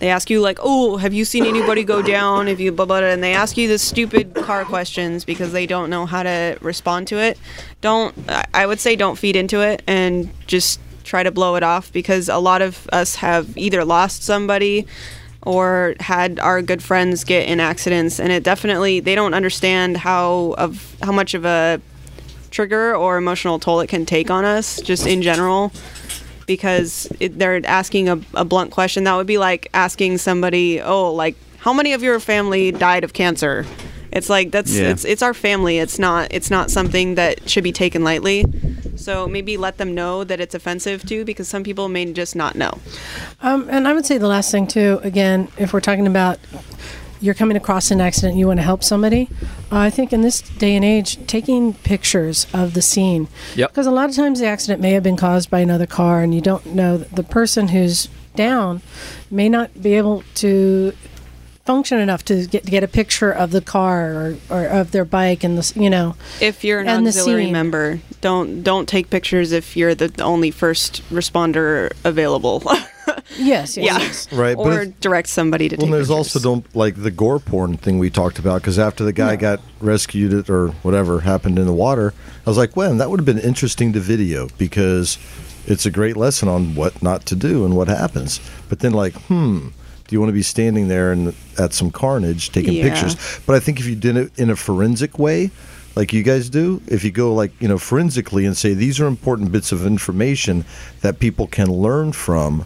S8: they ask you like oh have you seen anybody go down have you blah blah, blah and they ask you the stupid car questions because they don't know how to respond to it don't I- i would say don't feed into it and just try to blow it off because a lot of us have either lost somebody or had our good friends get in accidents and it definitely they don't understand how of how much of a trigger or emotional toll it can take on us, just in general, because it, they're asking a, a blunt question. That would be like asking somebody, "Oh, like how many of your family died of cancer?" It's like that's
S9: Yeah.
S8: it's it's our family. It's not it's not something that should be taken lightly. So maybe let them know that it's offensive too, because some people may just not know.
S6: Um, and I would say the last thing too. Again, if we're talking about you're coming across an accident, and you want to help somebody. Uh, I think in this day and age, taking pictures of the scene,
S3: Yep.
S6: because a lot of times the accident may have been caused by another car, and you don't know the person who's down may not be able to function enough to get to get a picture of the car or, or of their bike and the s- you know
S8: If you're an
S6: And the
S8: auxiliary
S6: scene.
S8: member, don't don't take pictures if you're the only first responder available. [LAUGHS]
S6: Yes, yes.
S8: Yeah.
S6: yes.
S7: Right, but
S8: Or
S7: it's-
S8: direct somebody to
S7: Well,
S8: take
S7: and there's
S8: pictures.
S7: also don't like the gore porn thing we talked about because after the guy got rescued it or whatever happened in the water, I was like, "When that would have been interesting to video because it's a great lesson on what not to do and what happens." But then, like, hmm, do you want to be standing there and at some carnage taking
S8: Yeah.
S7: pictures? But I think if you did it in a forensic way, like you guys do, if you go like you know forensically and say these are important bits of information that people can learn from,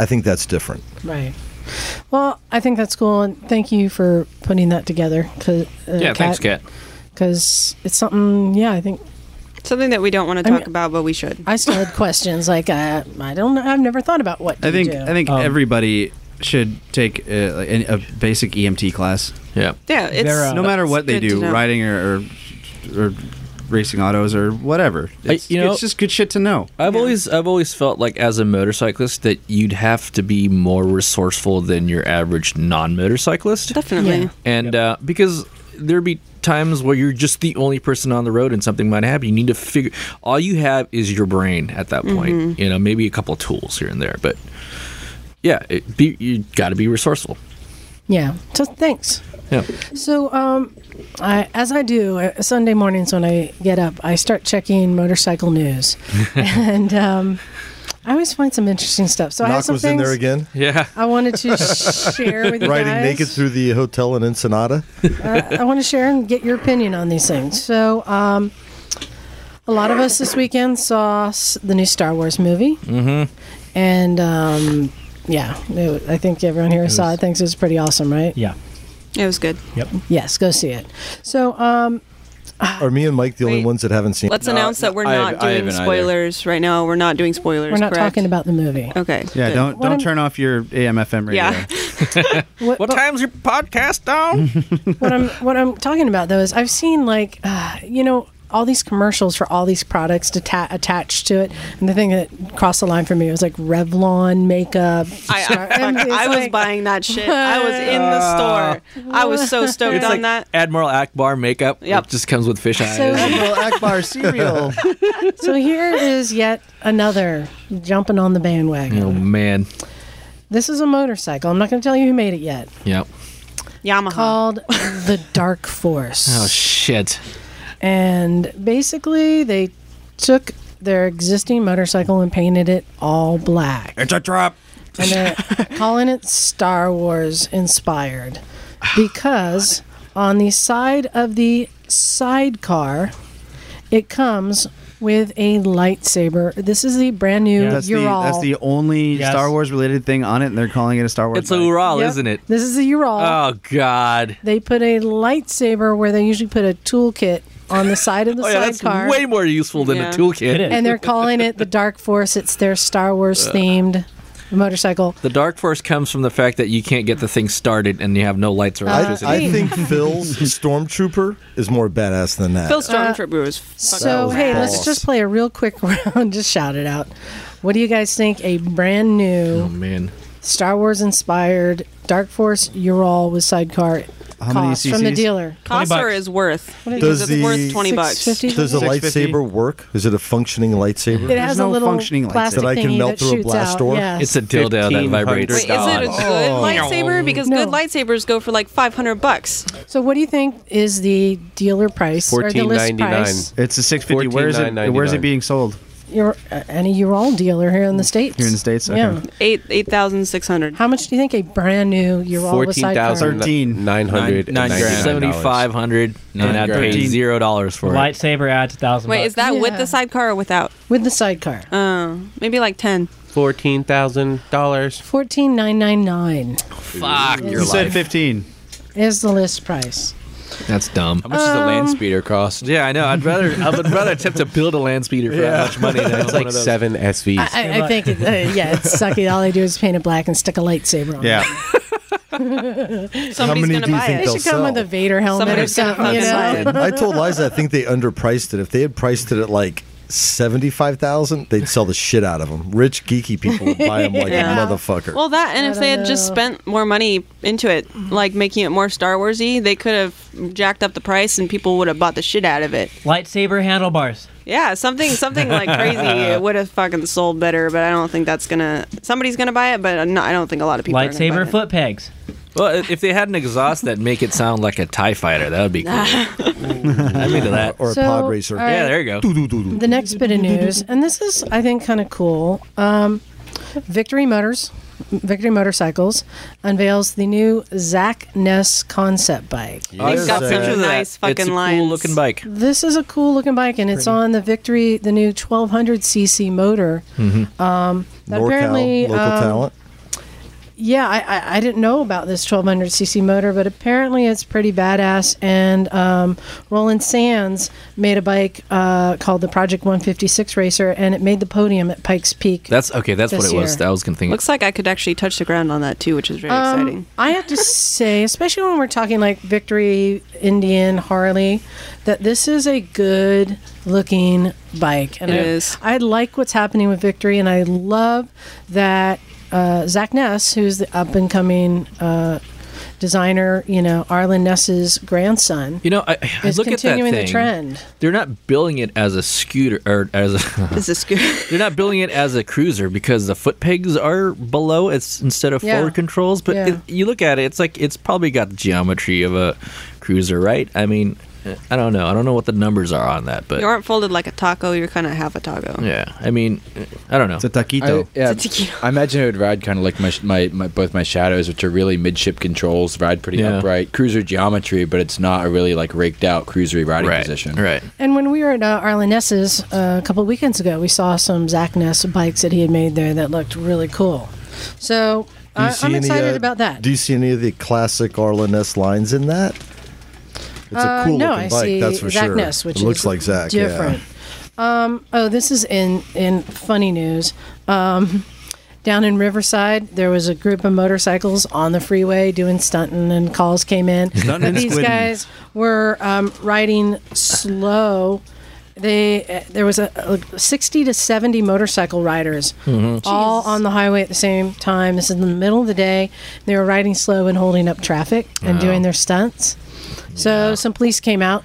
S7: I think that's different.
S6: Right. Well, I think that's cool, and thank you for putting that together. 'cause, uh,
S3: yeah, thanks, Kat.
S6: Because it's something. Yeah, I think
S8: something that we don't want to
S6: I
S8: talk
S6: mean-
S8: about, but we should.
S6: I still had questions like uh, I don't know. I've never thought about what. Do
S9: I think
S6: You do?
S9: I think
S3: Um,
S7: Um,
S9: everybody should take uh, like, any- a, basic EMT class,
S3: Yeah.
S8: Yeah, it's
S4: They're, uh,
S9: no matter
S8: it's
S9: what they
S8: good to
S9: do,
S8: know.
S9: riding or, or or racing autos or whatever.
S3: I-
S9: It's,
S3: you know-
S9: it's just good shit to know.
S3: I've always I've always felt like as a motorcyclist that you'd have to be more resourceful than your average non-motorcyclist.
S8: Definitely.
S6: Yeah.
S3: And uh, because there'd be times where you're just the only person on the road and something might happen. You need to figure all you have is your brain at that point.
S8: Mm-hmm.
S3: You know, maybe a couple of tools here and there, but yeah, it be, you got to be resourceful.
S6: Yeah. So thanks.
S3: Yeah.
S6: So, um, I, as I do uh, Sunday mornings when I get up, I start checking motorcycle
S7: [LAUGHS]
S6: news, and um, I always find some interesting stuff. So I have
S7: Knock
S6: some
S7: was in
S6: things
S7: there again.
S3: Yeah.
S6: I wanted
S3: [LAUGHS]
S6: to share with you
S7: Riding
S6: guys. Uh,
S7: naked through the hotel in Ensenada.
S6: I want to share and get your opinion on these things. So, um, a lot of us this weekend saw s- the new Star Wars movie, mm-hmm. and um, yeah, it, wa- I think everyone here saw it. Thinks it was pretty awesome, right?
S4: Yeah.
S8: It was good.
S6: Yes, go see it. So, um,
S7: Are me and Mike the only
S8: Wait.
S7: ones that haven't seen?
S8: Let's announce that we're
S1: I-
S8: not
S1: I
S8: doing
S1: haven't either.
S8: spoilers right now. We're not doing spoilers.
S6: we're not
S8: correct?
S6: talking about the movie.
S8: Okay.
S9: Yeah,
S8: good.
S9: don't
S6: What
S9: don't
S6: I'm-
S9: turn off your AM/FM radio.
S8: Yeah.
S6: What,
S3: What
S6: but
S3: time's your podcast on?
S6: [LAUGHS] what I'm what I'm talking about though is I've seen like uh, you know all these commercials for all these products deta- attached to it, and the thing that crossed the line for me was like Revlon makeup.
S8: I,
S6: Star-
S8: [LAUGHS] I,
S6: and
S8: fuck,
S6: it's
S8: I was
S6: like-
S8: buying that shit. I was in the store. I was so stoked
S3: it's
S8: on
S3: like
S8: that.
S3: Admiral Akbar makeup.
S8: Yep.
S3: It just comes with fish
S6: [LAUGHS]
S3: eyes.
S6: So-
S7: Akbar cereal.
S6: [LAUGHS] So here is yet another jumping on the bandwagon.
S3: oh man.
S6: This is a motorcycle. I'm not going to tell you who made it yet.
S3: Yep.
S8: Yamaha.
S6: Called the Dark Force.
S3: Oh shit.
S9: Oh.
S6: and basically, they took their existing motorcycle and painted it all black.
S3: It's a trap.
S6: and they're calling it Star Wars inspired because on the side of the sidecar, it comes with a lightsaber. This is the brand new
S9: That's the,
S6: Ural.
S9: that's the only
S4: Yes.
S9: Star Wars related thing on it, and they're calling it a Star Wars.
S3: It's a
S9: bike.
S3: Ural,
S6: Yep.
S3: isn't it?
S6: This is the Ural.
S3: Oh god.
S6: They put a lightsaber where they usually put a toolkit on the side of the
S3: [LAUGHS] Oh yeah, that's
S6: sidecar.
S3: way more useful than
S8: Yeah.
S3: a toolkit.
S4: It is.
S6: and [LAUGHS] they're calling it the Dark Force. It's their Star Wars themed motorcycle.
S3: The dark force comes from the fact that you can't get the thing started and you have no lights or
S7: I,
S3: electricity.
S7: I think Phil's stormtrooper is more badass than that. Uh,
S8: Phil Stormtrooper was fucking
S6: Uh, So
S7: was
S6: hey,
S8: rad.
S6: let's
S7: boss.
S6: just play a real quick [LAUGHS] round. just shout it out. What do you guys think? A brand new
S3: oh man.
S6: Star Wars inspired Dark Force Ural with sidecar
S9: How many
S6: cost from the
S9: CCs?
S6: dealer.
S8: cost or
S4: bucks.
S8: is worth
S6: What do you
S8: because
S7: Does
S8: it's
S7: the-
S8: worth twenty bucks.
S6: $6.50?
S7: Does a
S9: 650?
S7: lightsaber work? Is it a functioning lightsaber?
S6: It has a
S9: no
S6: little
S9: functioning lightsaber.
S6: plastic
S7: That I can
S6: thingy
S7: melt
S6: that
S7: through a
S6: shoots
S7: blast
S6: out.
S7: door? Oh.
S6: Yes.
S3: It's a dildo that vibrates.
S8: Wait, is it a good lightsaber? Because
S6: No.
S8: good lightsabers go for like five hundred bucks.
S6: so what do you think is the dealer price or the list price?
S9: It's a 650. Where is it? Where's it
S2: $14,999.
S9: being sold?
S6: Your uh, any Ural dealer here in the states?
S9: Here in the States? Okay.
S6: Yeah.
S8: Eight eight thousand six hundred.
S6: How much do you think a brand new Ural with sidecar?
S9: 14,000.
S2: nine hundred
S3: Nine grand. Seventy five hundred and I
S2: grand.
S3: paid zero dollars for it.
S4: Lightsaber adds a thousand.
S8: Wait,
S4: bucks.
S8: is that with
S6: Yeah.
S8: the sidecar or without?
S6: with the sidecar?
S8: Uh, maybe like ten.
S2: Fourteen thousand dollars.
S6: Fourteen nine nine nine
S3: Fuck
S9: You
S3: your
S9: said
S3: life.
S9: 15.
S6: is the list price.
S3: That's dumb.
S1: How much does a land speeder cost?
S3: Yeah, I know. I'd rather I would rather attempt to build a land speeder for that much money than
S2: That's like seven SVs.
S6: I, I think, it, uh, yeah,
S7: [LAUGHS]
S6: it's sucky. All they do is paint it black and stick a lightsaber on.
S9: Yeah.
S4: [LAUGHS]
S7: How
S8: Somebody's
S7: many do
S6: it.
S7: you think
S8: gonna buy
S6: They
S8: it.
S7: they'll
S6: should come
S7: sell?
S6: with a Vader helmet
S8: Somebody's
S6: or
S8: gonna
S6: something. You know?
S8: fucking
S7: I told Liza I think they underpriced it. If they had priced it at like seventy-five thousand, they'd sell the shit out of them. Rich geeky people would buy
S6: [LAUGHS]
S7: them like
S8: Yeah.
S7: a motherfucker.
S8: Well, that and
S6: I
S8: if they had
S6: don't
S8: just
S6: know.
S8: spent more money into it, like making it more Star Warsy, they could have jacked up the price and people would have bought the shit out of it.
S4: lightsaber handlebars?
S8: Yeah, something something like
S9: [LAUGHS]
S8: crazy it would have fucking sold better, but I don't think that's gonna. Somebody's gonna buy it, but no, I don't think a lot of people. are gonna buy
S4: Lightsaber
S8: it.
S4: foot pegs.
S3: Well, i- if they had an exhaust that'd make it sound like a Tie Fighter, that
S6: [LAUGHS]
S3: would be cool. I'm into that.
S7: or
S6: So,
S7: a pod racer.
S6: all right.
S3: yeah, there you go.
S6: The next bit of news, and this is, I think, kind of cool. Um, Victory Motors, Victory Motorcycles, unveils the new Zach Ness concept bike.
S8: He's
S7: There's
S8: got some
S7: a-
S3: Look at that.
S8: nice fucking
S3: it's a
S8: lines.
S3: cool looking bike.
S6: This is a cool looking bike, and it's on the Victory, the new 1200cc motor.
S3: Mm-hmm.
S6: Um,
S7: NorCal,
S6: Apparently,
S7: local
S6: um,
S7: talent.
S6: Yeah, I, I, I didn't know about this 1200cc motor, but apparently it's pretty badass. And um, Roland Sands made a bike uh, called the Project 156 Racer, and it made the podium at Pikes Peak.
S3: That's okay. That's what
S6: This
S3: it was.
S6: year.
S3: I was gonna think.
S8: Looks like I could actually touch the ground on that too, which is very
S6: Um,
S8: exciting.
S6: I have to say, especially when we're talking like Victory, Indian, Harley, that this is a good looking bike. And
S8: It
S6: I,
S8: is.
S6: I like what's happening with Victory, and I love that uh, Zach Ness, who's the up and coming uh, designer, you know, Arlen Ness's grandson,
S3: you know, I, I
S6: is
S3: look at that
S6: continuing
S3: thing.
S6: the trend.
S3: They're not building it as a scooter or as a.
S8: This is good.
S3: They're not building it as a cruiser because the foot pegs are below. It's instead of
S6: Yeah.
S3: forward controls. But
S6: Yeah.
S3: it, you look at it, it's like it's probably got the geometry of a cruiser, right? I mean, I don't know. I don't know what the numbers are on that, but
S8: You aren't folded like a taco. You're kind of half a taco.
S3: yeah. I mean, I don't know.
S9: It's a taquito.
S1: I, yeah,
S8: It's a taquito.
S1: I imagine it would ride kind of like my, sh- my, my both my shadows, which are really midship controls, ride pretty
S3: Yeah.
S1: upright, cruiser geometry, but it's not a really like raked out cruisery riding
S3: right
S1: position.
S3: Right.
S6: And when we were at uh, Arlen Ness's uh, a couple weekends ago, we saw some Zach Ness bikes that he had made there that looked really cool. So
S7: Do you
S6: I,
S7: see
S6: I'm
S7: any,
S6: excited
S7: uh,
S6: about that.
S7: Do you see any of the classic Arlen S lines in that? It's a
S6: Uh,
S7: cool
S6: no,
S7: looking
S6: I
S7: bike,
S6: see
S7: that's for
S6: Zach
S7: sure.
S6: Ness, which
S7: it looks
S6: is
S7: like Zach. yeah.
S6: different. Um, oh, this is in in funny news. Um, down in Riverside, there was a group of motorcycles on the freeway doing stunting, and calls came in.
S9: Stunting
S6: that
S9: and
S6: these
S9: squidding.
S6: guys were um, riding slow. They uh, there was a, a sixty to seventy motorcycle riders
S3: Mm-hmm.
S6: all on the highway at the same time. This is in the middle of the day. They were riding slow and holding up traffic and doing their stunts. So some police came out,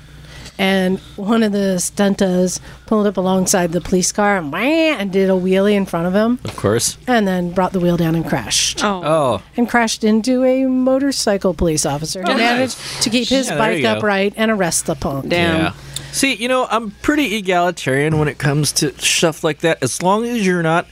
S6: and one of the stuntas pulled up alongside the police car and, wah, and did a wheelie in front of him,
S3: Of course.
S6: and then brought the wheel down and crashed.
S8: Oh,
S3: Oh,
S6: And crashed into a motorcycle police officer
S8: Oh,
S6: who managed to keep his
S3: Yeah, there you
S6: bike
S3: go.
S6: upright and arrest the punk.
S8: damn.
S3: Yeah. See, you know, I'm pretty egalitarian when it comes to stuff like that. As long as you're not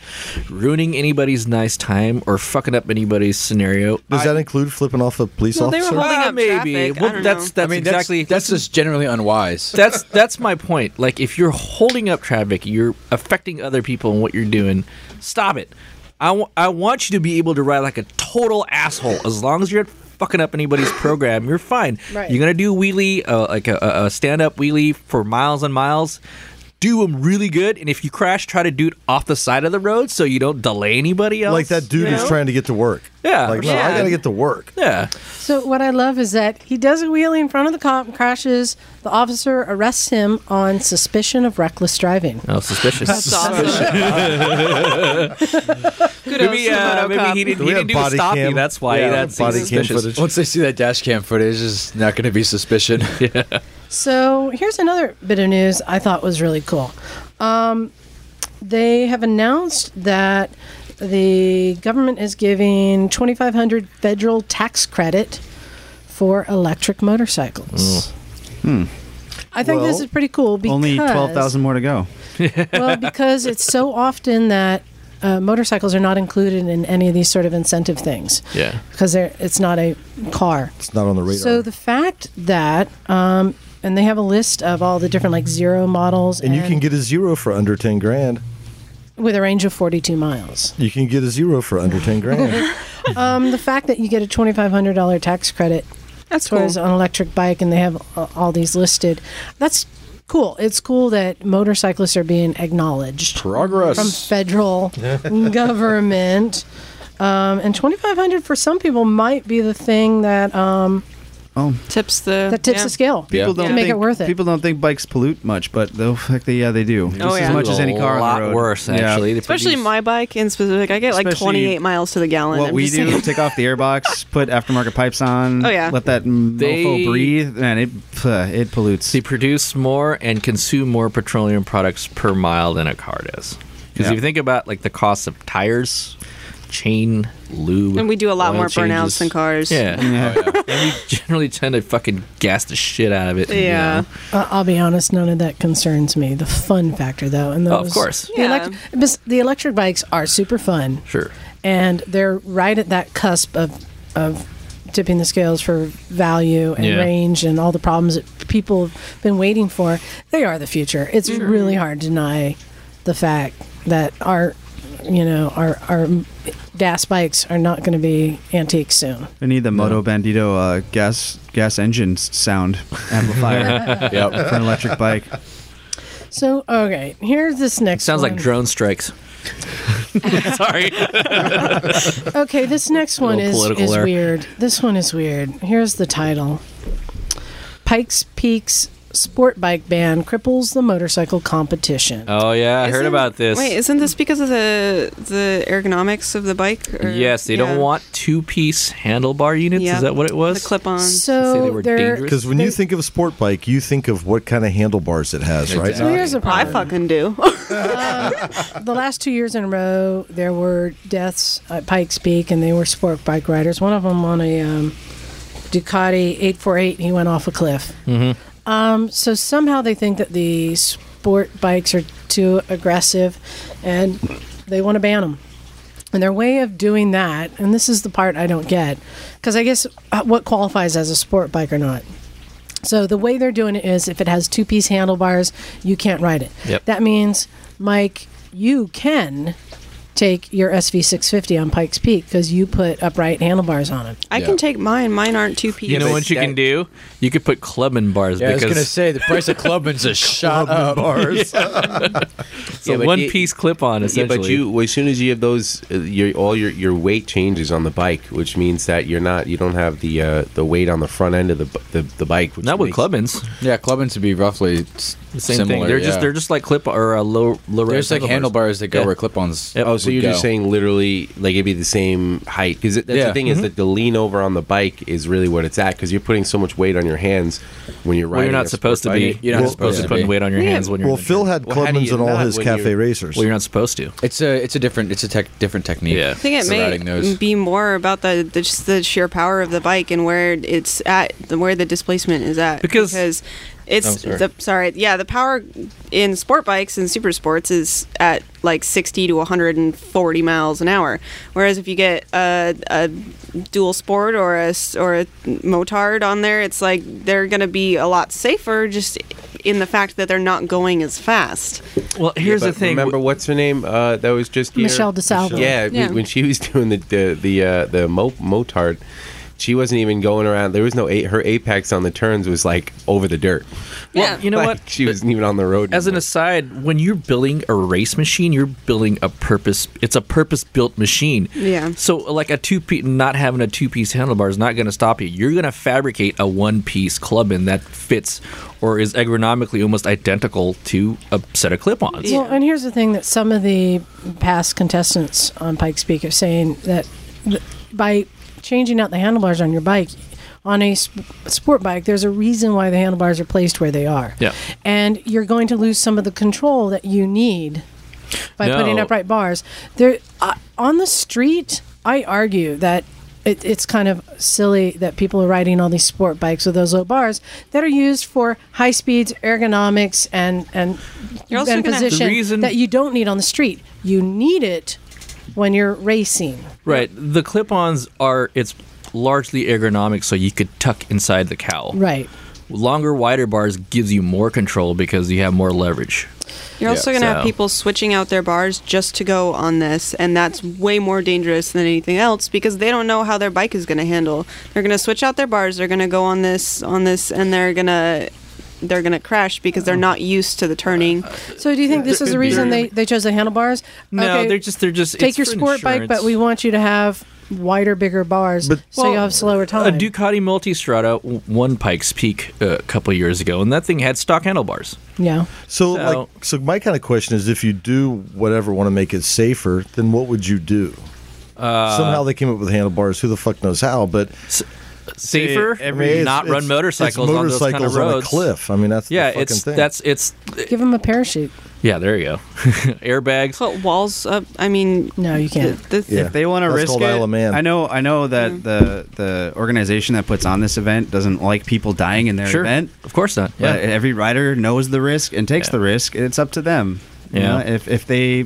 S3: ruining anybody's nice time or fucking up anybody's scenario.
S7: Does
S3: I-
S7: that include flipping off a police
S8: Well, they were
S7: officer?
S8: holding
S3: Ah,
S8: up
S3: maybe.
S8: traffic, I
S3: Well,
S8: don't
S3: that's
S8: know.
S3: that's
S1: I mean,
S3: exactly
S1: that's, that's just generally unwise.
S3: [LAUGHS] that's that's my point. Like, if you're holding up traffic, you're affecting other people and what you're doing. Stop it. I wa- I want you to be able to ride like a total asshole. As long as you're not fucking up anybody's program, you're fine.
S6: Right.
S3: You're gonna do wheelie, uh, like a, a stand up wheelie for miles and miles. Do them really good, and if you crash, try to do it off the side of the road so you don't delay anybody else.
S7: like that dude
S3: you
S7: is
S3: know?
S7: trying to get to work.
S3: Yeah,
S7: Like, no,
S8: yeah.
S7: I got to get to work.
S3: Yeah.
S6: So what I love is that he does a wheelie in front of the cop, crashes. The officer arrests him on suspicion of reckless driving.
S3: Oh, suspicious.
S8: [LAUGHS]
S3: [LAUGHS]
S8: That's awesome. Kudos
S3: Maybe,
S8: to
S3: uh, maybe
S8: Robocop.
S3: he didn't,
S7: we
S3: he
S7: have
S3: didn't do a
S7: body
S3: stoppie.
S7: cam?
S3: That's why
S7: Yeah,
S3: that's
S7: body cam
S3: suspicious.
S7: footage.
S1: Once they see that dash cam footage, it's not going to be
S3: [LAUGHS]
S1: suspicion.
S6: So here's another bit of news I thought was really cool. Um, they have announced that the government is giving 2,500 federal tax credit for electric motorcycles.
S9: Hmm.
S6: I think this
S7: Well,
S6: is pretty cool because
S9: Only twelve thousand more to go.
S6: [LAUGHS] well, [LAUGHS] because it's so often that uh, motorcycles are not included in any of these sort of incentive things.
S3: Yeah.
S6: Because they're, it's not a car.
S7: It's not on the radar.
S6: So the fact that, um, and they have a list of all the different like zero models,
S7: and you can get a zero for under 10 grand.
S6: with a range of 42 miles.
S7: You can get a zero for under 10
S6: [LAUGHS]
S7: grand.
S6: Um, the fact that you get a $2,500 tax credit
S8: That's
S6: towards
S8: cool.
S6: an electric bike, and they have uh, all these listed. That's cool. It's cool that motorcyclists are being acknowledged.
S1: Progress.
S6: from federal
S1: [LAUGHS]
S6: government. Um, and 2500 for some people might be the thing that um,
S9: Oh,
S8: Tips the
S6: That tips
S8: yeah.
S6: the scale.
S1: Yeah.
S9: people don't
S8: Yeah.
S6: Make
S9: think,
S6: it worth it.
S9: People don't think bikes pollute much, but the heck they yeah they do. Just
S8: yeah.
S9: as much as any car
S11: a
S9: on
S11: lot
S9: the road.
S11: worse
S9: Yeah.
S11: actually. They
S8: Especially
S11: produce-
S8: my bike in specific, I get like
S9: Especially
S8: 28 miles to the gallon.
S9: What
S8: I'm
S9: we
S8: just
S9: do:
S8: saying.
S9: take off the airbox, put aftermarket pipes on.
S8: Oh, yeah.
S9: let that mofo
S3: They-
S9: breathe, and it uh, it pollutes.
S3: They produce more and consume more petroleum products per mile than a car does. Because
S9: Yeah.
S3: if you think about like the cost of tires, chain, lube,
S8: And we do a lot
S3: oil
S8: more burnouts
S3: changes.
S8: than cars.
S3: Yeah,
S9: Yeah.
S3: [LAUGHS] and we generally tend to fucking gas the shit out of it. you
S8: Yeah.
S3: know.
S6: Uh, I'll be honest, none of that concerns me. The fun factor, though, and
S3: Oh,
S6: those,
S3: of course.
S6: the, elect- bes- the electric bikes are super fun,
S3: sure.
S6: and they're right at that cusp of of tipping the scales for value and
S3: Yeah.
S6: range and all the problems that people have been waiting for. They are the future. It's really hard to deny the fact that our you know our our gas bikes are not going to be antique soon.
S9: I need the Moto Bandito uh, gas gas engine s- sound amplifier
S1: Yep.
S9: for an electric bike.
S6: So okay, here's this next.
S3: Sounds like
S6: one.
S3: drone strikes. [LAUGHS] Sorry.
S6: [LAUGHS] Okay, this next one
S3: little
S6: is,
S3: political
S6: is
S3: there.
S6: weird. This one is weird. Here's the title Pikes Peaks Sport Bike Ban Cripples the Motorcycle Competition.
S3: Oh yeah, I heard
S8: Isn't-
S3: about this.
S8: Wait, isn't this because of [LAUGHS] the the ergonomics of the bike? uh, or-
S3: yes, they
S8: yeah.
S3: don't want two-piece handlebar units.
S8: Yeah.
S3: Is that what it was?
S8: The clip on.
S3: Say they
S6: so
S3: were
S6: there.
S3: dangerous?
S7: Because when you think of a sport bike, you think of what kind of handlebars it has, right?
S6: So here's the
S8: I
S6: problem. Uh, [LAUGHS]
S8: fucking do.
S6: the last two years in a row, there were deaths at Pikes Peak, and they were sport bike riders. One of them on a um, Ducati 848, he went off a cliff.
S3: Mm-hmm.
S6: Um, so somehow they think that the sport bikes are too aggressive, and they want to ban them. And their way of doing that, and this is the part I don't get, because I guess uh, what qualifies as a sport bike or not. So the way they're doing it is if it has two piece handlebars, you can't ride it.
S3: Yep.
S6: That means, Mike, you can take your SV650 on Pikes Peak because you put upright handlebars on it.
S8: I
S1: Yeah.
S8: can take mine. Mine aren't two piece.
S3: You know what you can do? You could put clubman bars
S1: Yeah, I was
S3: because
S1: gonna say the price
S3: [LAUGHS]
S1: of clubman's a shot up.
S7: Bars.
S3: it's a
S2: Yeah, but you-
S3: one-piece clip-on
S2: Yeah,
S3: essentially.
S2: but you well, as soon as you have those, uh, your all your your weight changes on the bike, which means that you're not you don't have the uh, the weight on the front end of the b- the, the bike. Which
S3: not with
S2: makes-
S3: clubmans.
S1: Yeah, clubman's would be roughly s-
S3: The same
S1: similar.
S3: thing. They're
S1: yeah.
S3: just they're just like clip or a low low.
S1: There's like handlebars that go
S3: Yeah.
S1: where clip-ons.
S3: Yep.
S2: Oh, so
S1: would
S2: you're just
S1: go.
S2: saying literally like it'd be the same height because that's
S1: Yeah. Mm-hmm.
S2: the thing is that the lean over on the bike is really what it's at because you're putting so much weight on your hands when you're
S3: Well,
S2: riding.
S3: you're
S2: a
S3: not supposed to
S2: sport
S3: be.
S2: bike.
S3: You're not
S7: Well,
S3: supposed
S1: yeah.
S3: to put weight on your hands when you're.
S7: well,
S3: in the
S7: Phil
S3: gym.
S7: had
S2: Well, how do
S7: Clubmans
S2: you
S7: in all
S2: not
S7: his
S2: when you're-
S7: cafe racers.
S3: Well, you're not supposed to.
S1: It's a it's a different it's a tech different technique.
S3: Yeah. I
S8: I think it
S1: for riding
S8: may Mm.
S1: those.
S8: be more about the, the just the sheer power of the bike and where it's at, the- where the displacement is at.
S3: Because-
S8: it's
S3: Oh, sorry.
S8: the sorry, yeah, the power in sport bikes and super sports is at like 60 to 140 miles an hour. Whereas if you get a, a dual sport or a s- or a motard on there, it's like they're gonna be a lot safer just in the fact that they're not going as fast.
S3: Well, here's
S2: Yeah,
S3: the
S2: but
S3: thing.
S2: Remember what's her name? Uh, that was just here?
S6: Michelle DeSalvo.
S2: Yeah, when-
S8: Yeah.
S2: when she [LAUGHS] was doing the the the, uh, the mo- motard, she wasn't even going around. There was no a- her apex on the turns was like over the dirt.
S3: Well, you
S2: [LAUGHS]
S3: know
S2: Like,
S3: what?
S2: She wasn't even on the road.
S3: As an
S2: anymore.
S3: aside, when you're building a race machine, you're building a purpose. It's a purpose-built machine.
S8: Yeah.
S3: So, like a two-piece, not having a two-piece handlebar is not going to stop you. You're going to fabricate a one-piece clubman that fits or is ergonomically almost identical to a set of clip-ons.
S6: Well, and here's the thing that some of the past contestants on Pikes Peak are saying that th- by changing out the handlebars on your bike, on a sp- sport bike, there's a reason why the handlebars are placed where they are.
S3: Yeah.
S6: And you're going to lose some of the control that you need by
S3: No.
S6: putting upright bars. There, uh, on the street, I argue that. It, it's kind of silly that people are riding all these sport bikes with those low bars that are used for high speeds, ergonomics, and and
S8: You're also
S6: and
S8: gonna- The
S6: position
S3: reason-
S6: that you don't need on the street. You need it when you're racing.
S3: Right. The clip-ons are it's largely ergonomic, so you could tuck inside the cowl.
S6: Right.
S3: Longer, wider bars gives you more control because you have more leverage.
S8: You're also going to
S3: So-
S8: have people switching out their bars just to go on this, and that's way more dangerous than anything else because they don't know how their bike is going to handle. They're going to switch out their bars. They're going to go on this, on this, and they're going to they're going to crash because they're not used to the turning.
S6: So do you think this
S3: There
S6: is the
S3: could be.
S6: reason they, they chose the handlebars?
S3: No,
S6: Okay,
S3: they're just they're just
S6: take
S3: it's
S6: your
S3: for
S6: sport bike, but
S3: insurance.
S6: we want you to have wider, bigger bars,
S7: But-
S6: so you
S3: Well, uh,
S6: have slower
S3: A
S6: time.
S3: Ducati Multistrada w- won Pikes Peak uh, a couple years ago, and that thing had stock handlebars.
S6: yeah.
S7: So,
S3: So-
S7: like, so my kind of question is, if you do whatever want to make it safer, then what would you do? Uh, Somehow they came up with handlebars. Who the fuck knows how? But
S3: Safer,
S7: I mean, it's-
S3: not run
S7: it's-
S3: motorcycles,
S7: it's
S3: on those
S7: motorcycles
S3: kind of
S7: on
S3: roads.
S7: a cliff. I mean, that's
S3: Yeah,
S7: the fucking
S3: it's
S7: thing.
S3: that's it's
S6: Give them a parachute.
S3: yeah. There you go. Airbags.
S8: Put walls up. I mean,
S6: No, you can't.
S8: The, the,
S7: Yeah.
S9: If they want to
S7: That's
S9: risk
S7: called
S9: it,
S7: Isle of Man.
S9: I know. I know that
S8: Mm-hmm.
S9: the the organization that puts on this event doesn't like people dying in their
S3: Sure.
S9: event.
S3: Of course not.
S9: Yeah.
S3: Yeah.
S9: every rider knows the risk and takes
S3: Yeah.
S9: the risk. It's up to them. You
S3: Yeah.
S9: know, if if they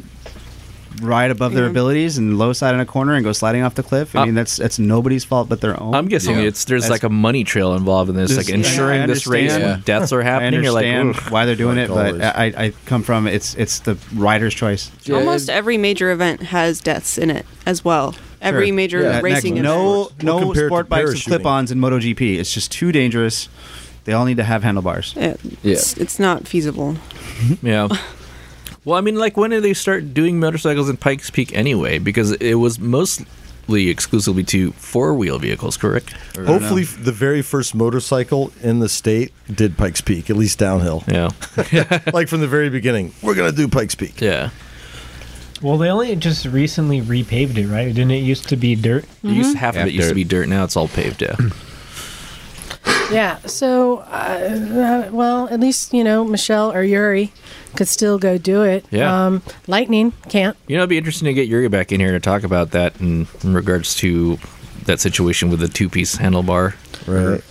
S9: ride above their
S8: Yeah.
S9: abilities and low side in a corner and go sliding off the cliff, I
S3: Uh,
S9: mean that's that's nobody's fault but their own.
S3: I'm guessing
S9: Yeah.
S3: it's there's
S9: That's-
S3: like a money trail involved in this,
S9: There's-
S3: like ensuring
S9: I
S3: this race
S9: understand.
S3: when deaths are
S9: I
S3: happening. You're like,
S9: understand
S3: "Oof."
S9: why they're doing
S7: Like
S9: it, but
S7: always.
S9: I, I come from it's it's the rider's choice.
S10: Yeah,
S8: almost
S10: it-
S8: every major event has deaths in it as well. Every
S9: Sure.
S8: major
S9: Yeah,
S8: racing
S9: next-
S8: event.
S9: no
S7: We'll
S9: no
S7: compare it to
S9: sport bikes and
S7: parachuting.
S9: clip-ons in MotoGP. It's just too dangerous. They all need to have handlebars.
S8: It- it's, it's not feasible.
S3: Mm-hmm. Yeah. Well, I mean, like, when did they start doing motorcycles in Pikes Peak anyway? Because it was mostly exclusively to four wheel vehicles, correct? Or-
S7: hopefully f- the very first motorcycle in the state did Pikes Peak, at least downhill.
S3: yeah.
S7: [LAUGHS] like from the very beginning, we're gonna do Pikes Peak.
S3: Yeah. [LAUGHS]
S4: Well, they only just recently repaved it, right? Didn't it used to be dirt?
S3: It used
S8: Mm-hmm.
S3: to- half of it used
S10: After-
S3: to be dirt. Now it's all paved. Yeah.
S6: Yeah. So, uh, uh, well, at least you know Michelle or Yuri could still go do it.
S3: Yeah.
S6: Um, Lightning can't.
S3: you know, it'd be interesting to get Yuri back in here to talk about that in, in regards to that situation with the two piece handlebar.
S7: Right.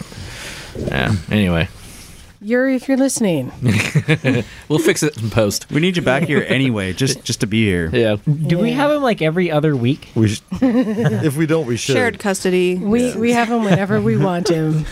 S3: Yeah. Anyway, [LAUGHS]
S6: Yuri, if you're listening,
S3: we'll fix it in post.
S9: We need you back here anyway, just just to be here.
S3: Yeah.
S4: Do we
S6: Yeah.
S4: have them like every other week?
S7: We sh- if we don't, we should.
S8: Shared custody.
S6: we we have him whenever we want
S3: [LAUGHS]
S6: him.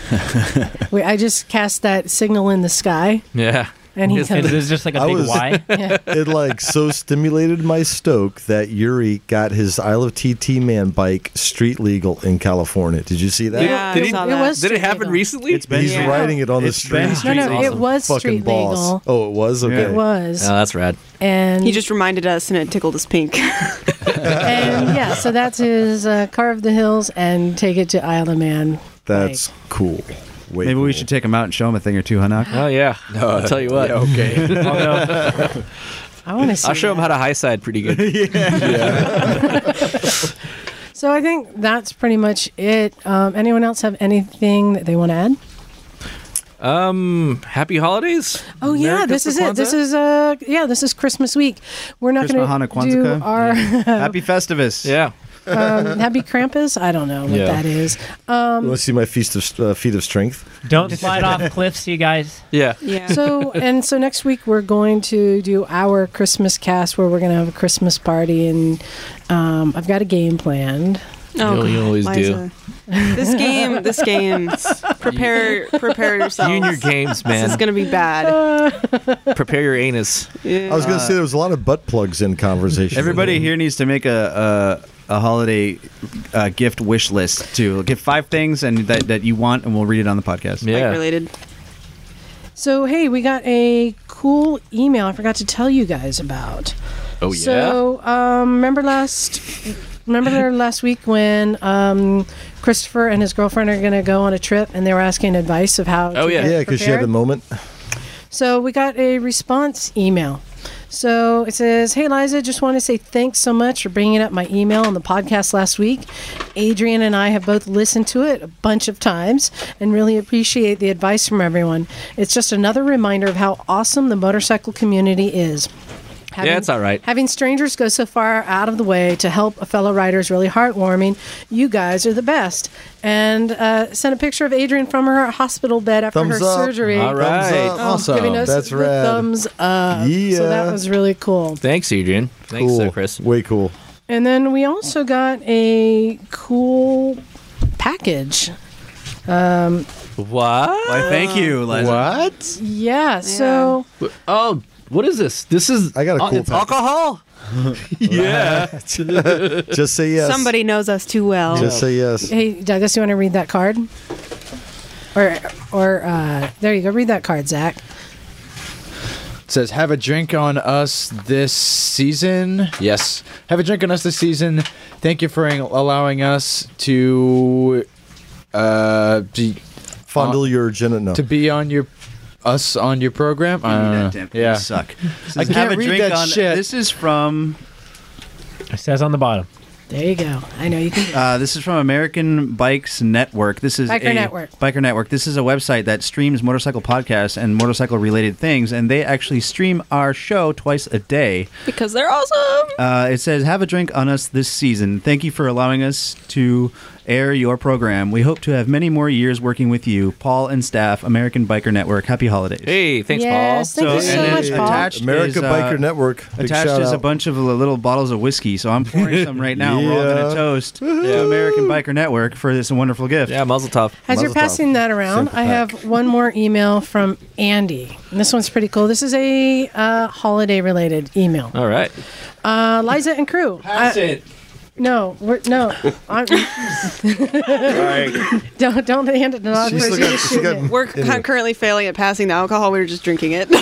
S6: we, I just cast that signal in the sky,
S3: Yeah.
S6: and he
S3: Is-
S6: comes.
S4: Is this just like
S7: [LAUGHS]
S4: a
S7: I
S4: big
S6: [LAUGHS]
S7: was-
S4: why?
S7: it like so stimulated my stoke that Yuri got his Isle of TT man bike street legal in California. Did you see that?
S8: yeah,
S3: did
S8: I
S3: he-
S8: saw
S6: it
S8: that.
S6: was-
S3: Did it happen recently?
S9: It's been
S7: He's
S8: Yeah.
S7: riding it on
S9: It's
S7: the street.
S9: been
S6: no,
S9: street
S6: no, it
S9: awesome.
S6: was
S7: Fucking
S6: street
S7: boss.
S6: legal.
S7: Oh, it was okay.
S9: Yeah.
S6: It was,
S3: Oh, that's rad.
S6: and
S8: he just reminded us, and it tickled us pink. [LAUGHS]
S6: and yeah. So that's his uh, carve the hills and take it to Isle of Man.
S7: That's cool. Way
S9: Maybe
S7: cool.
S9: we should take him out and show him a thing or two, Hanak.
S3: Oh, yeah. I'll tell you what. [LAUGHS] Oh,
S10: okay.
S6: [LAUGHS]
S7: [LAUGHS]
S6: Like, I want to see.
S3: I'll show him
S6: that.
S3: how to high side pretty good.
S6: [LAUGHS] So I think that's pretty much it. Um, anyone else have anything that they want to add?
S3: [LAUGHS] um, happy holidays.
S6: Oh yeah,
S3: Merry
S6: this
S3: Christmas,
S6: is it. This
S3: Kwanzaa.
S6: is uh yeah, this is Christmas week. We're not
S9: Christmas,
S6: going to
S9: Hanukkah,
S6: do
S9: Kwanzaa.
S6: our
S9: Happy Festivus.
S3: yeah.
S6: [LAUGHS] um, happy Krampus. I don't know what
S3: Yeah.
S6: that is. Um,
S7: You want to see my feast of uh, feet of strength?
S4: Don't
S8: [LAUGHS]
S4: slide off cliffs, you guys.
S3: Yeah.
S9: [LAUGHS]
S8: yeah.
S6: So and so next week we're going to do our Christmas cast where we're going to have a Christmas party and um, I've got a game planned.
S8: Oh,
S3: You- you
S8: God,
S3: always do.
S8: Liza. This game, this
S3: [LAUGHS]
S8: game. Prepare, prepare yourself.
S3: You and your games,
S8: This is
S3: man.
S8: gonna be bad.
S3: Prepare your Uh, anus.
S8: Yeah.
S7: I was going to say there was a lot of butt plugs in conversation. [LAUGHS]
S9: Everybody here needs to make a a, a holiday uh, gift wish list too. Give five things and that, that you want, and we'll read it on the podcast.
S8: Bike
S3: Yeah.
S8: related.
S6: So hey, we got a cool email I forgot to tell you guys about.
S3: Oh yeah.
S6: So um, remember last
S3: [LAUGHS]
S6: remember last week when um, Christopher and his girlfriend are going to go on a trip and they were asking advice of how.
S3: Oh,
S6: to
S3: yeah.
S6: get
S7: Yeah, because she had
S6: prepared?
S7: the moment.
S6: So we got a response email. So it says, Hey Liza, just want to say thanks so much for bringing up my email on the podcast last week. Adrian and I have both listened to it a bunch of times and really appreciate the advice from everyone. It's just another reminder of how awesome the motorcycle community is. Having-
S3: it's all right.
S6: Having strangers go so far out of the way to help a fellow rider is really heartwarming. You guys are the best. And uh, sent a picture of Adrian from her hospital bed after
S7: Thumbs
S6: her
S7: up.
S6: surgery.
S3: All right.
S7: Thumbs up.
S3: Oh,
S7: awesome.
S6: Giving us
S7: That's
S6: the
S7: rad.
S6: thumbs up. So
S7: Yeah.
S6: that was really cool.
S3: [LAUGHS] Thanks, Adrian. Thanks,
S7: cool.
S3: uh, Chris.
S7: Way cool.
S6: And then we also got a cool package. Um,
S3: What?
S9: Why? Thank you, Liza.
S7: Ah. What?
S6: Yeah. So
S10: Oh, what is this? This is
S7: I got a
S10: uh,
S7: cool
S10: it's
S7: package. [LAUGHS]
S10: alcohol.
S3: [LAUGHS] Yeah.
S7: Just say yes.
S8: Somebody knows us too well.
S7: Just say yes.
S6: hey, Douglas, you want to read that card? Or, or uh, there you go. Read that card, Zach.
S1: It says, "Have a drink on us this season." Yes, have a drink on us this season. Thank you for allowing us to uh, be,
S7: Fondle
S1: uh,
S7: your genital. No.
S1: to be on your us on your program. I don't know.
S9: that damn thing.
S1: yeah,
S9: You suck. This
S1: I
S9: is- have
S1: can't
S9: a
S1: read
S9: drink
S1: that
S9: on-
S1: shit.
S9: This is from
S4: It says on the bottom.
S6: There you go. I know you can.
S9: uh, this is from American Bikes Network. This is
S6: Biker
S9: a,
S6: Network.
S9: Biker Network. This is a website that streams motorcycle podcasts and motorcycle related things, and they actually stream our show twice a day.
S5: because they're awesome.
S9: Uh, it says, "Have a drink on us this season. Thank you for allowing us to air your program. We hope to have many more years working with you, Paul and staff, American Biker Network. Happy holidays."
S3: Hey, thanks,
S6: yes,
S3: Paul.
S6: Thank you
S9: So-
S6: so
S9: and
S6: much,
S9: it-
S6: Paul.
S9: attached-
S7: America
S9: is, uh,
S7: Biker Network. Big
S9: Attached
S7: shout
S9: is a
S7: out.
S9: bunch of li- little bottles of whiskey, so
S7: [LAUGHS]
S9: I'm pouring some right now. We're all going
S7: Yeah.
S9: to toast to American Biker Network for this wonderful gift.
S3: Yeah, Muzzle Tough.
S6: As you're
S7: Mazel tov.
S6: passing that around,
S7: Simple
S6: I have one more email from Andy. And this one's pretty cool. This is a uh, holiday related email.
S3: All right.
S6: Uh, Liza and crew. I- No, we're, no. I'm, [LAUGHS]
S3: [LAUGHS]
S6: don't don't hand it to another
S7: She's
S6: person.
S7: looking-
S6: Just
S7: she's
S6: shoot
S7: got-
S6: it.
S7: [LAUGHS]
S8: We're currently failing at passing the alcohol. We were just drinking it.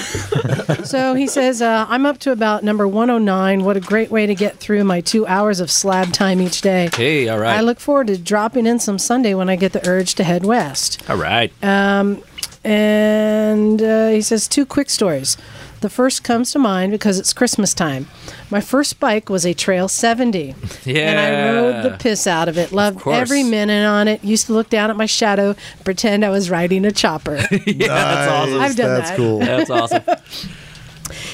S6: So he says, uh, I'm up to about number 109. What a great way to get through my two hours of slab time each day.
S3: Hey, all right.
S6: I look forward to dropping in some Sunday when I get the urge to head west.
S3: all right.
S6: Um, and uh, he says two quick stories. The first comes to mind because it's Christmas time. My first bike was a Trail 70, and I rode
S3: Yeah.
S6: the piss out of it. Loved
S3: course.
S6: every minute on it. Used to look down at my shadow, pretend I was riding a chopper. he
S3: [LAUGHS] yeah, that's awesome.
S6: I've done
S7: That's
S6: that.
S7: cool.
S6: [LAUGHS]
S3: That's awesome.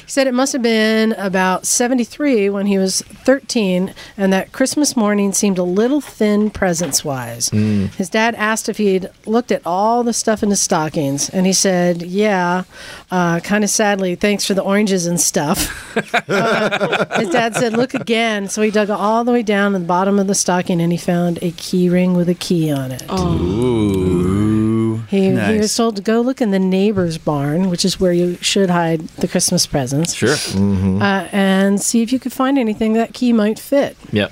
S6: said it must have been about 73 when he was 13, and that Christmas morning seemed a little thin presents-wise. His dad asked if he'd looked at all the stuff in his stockings, and he said, "Yeah." Uh, kind of sadly, thanks for the oranges and stuff. [LAUGHS] Uh, his dad said, "Look again." So he dug all the way down to the bottom of the stocking, and he found a key ring with a key on it.
S3: Mm.
S2: Oh.
S6: He, he
S9: Nice.
S6: was told to go look in the neighbor's barn, which is where you should hide the Christmas presents,
S3: Sure.
S4: Mm-hmm.
S3: Mm-hmm.
S6: uh, and see if you could find anything that key might fit.
S3: Yep.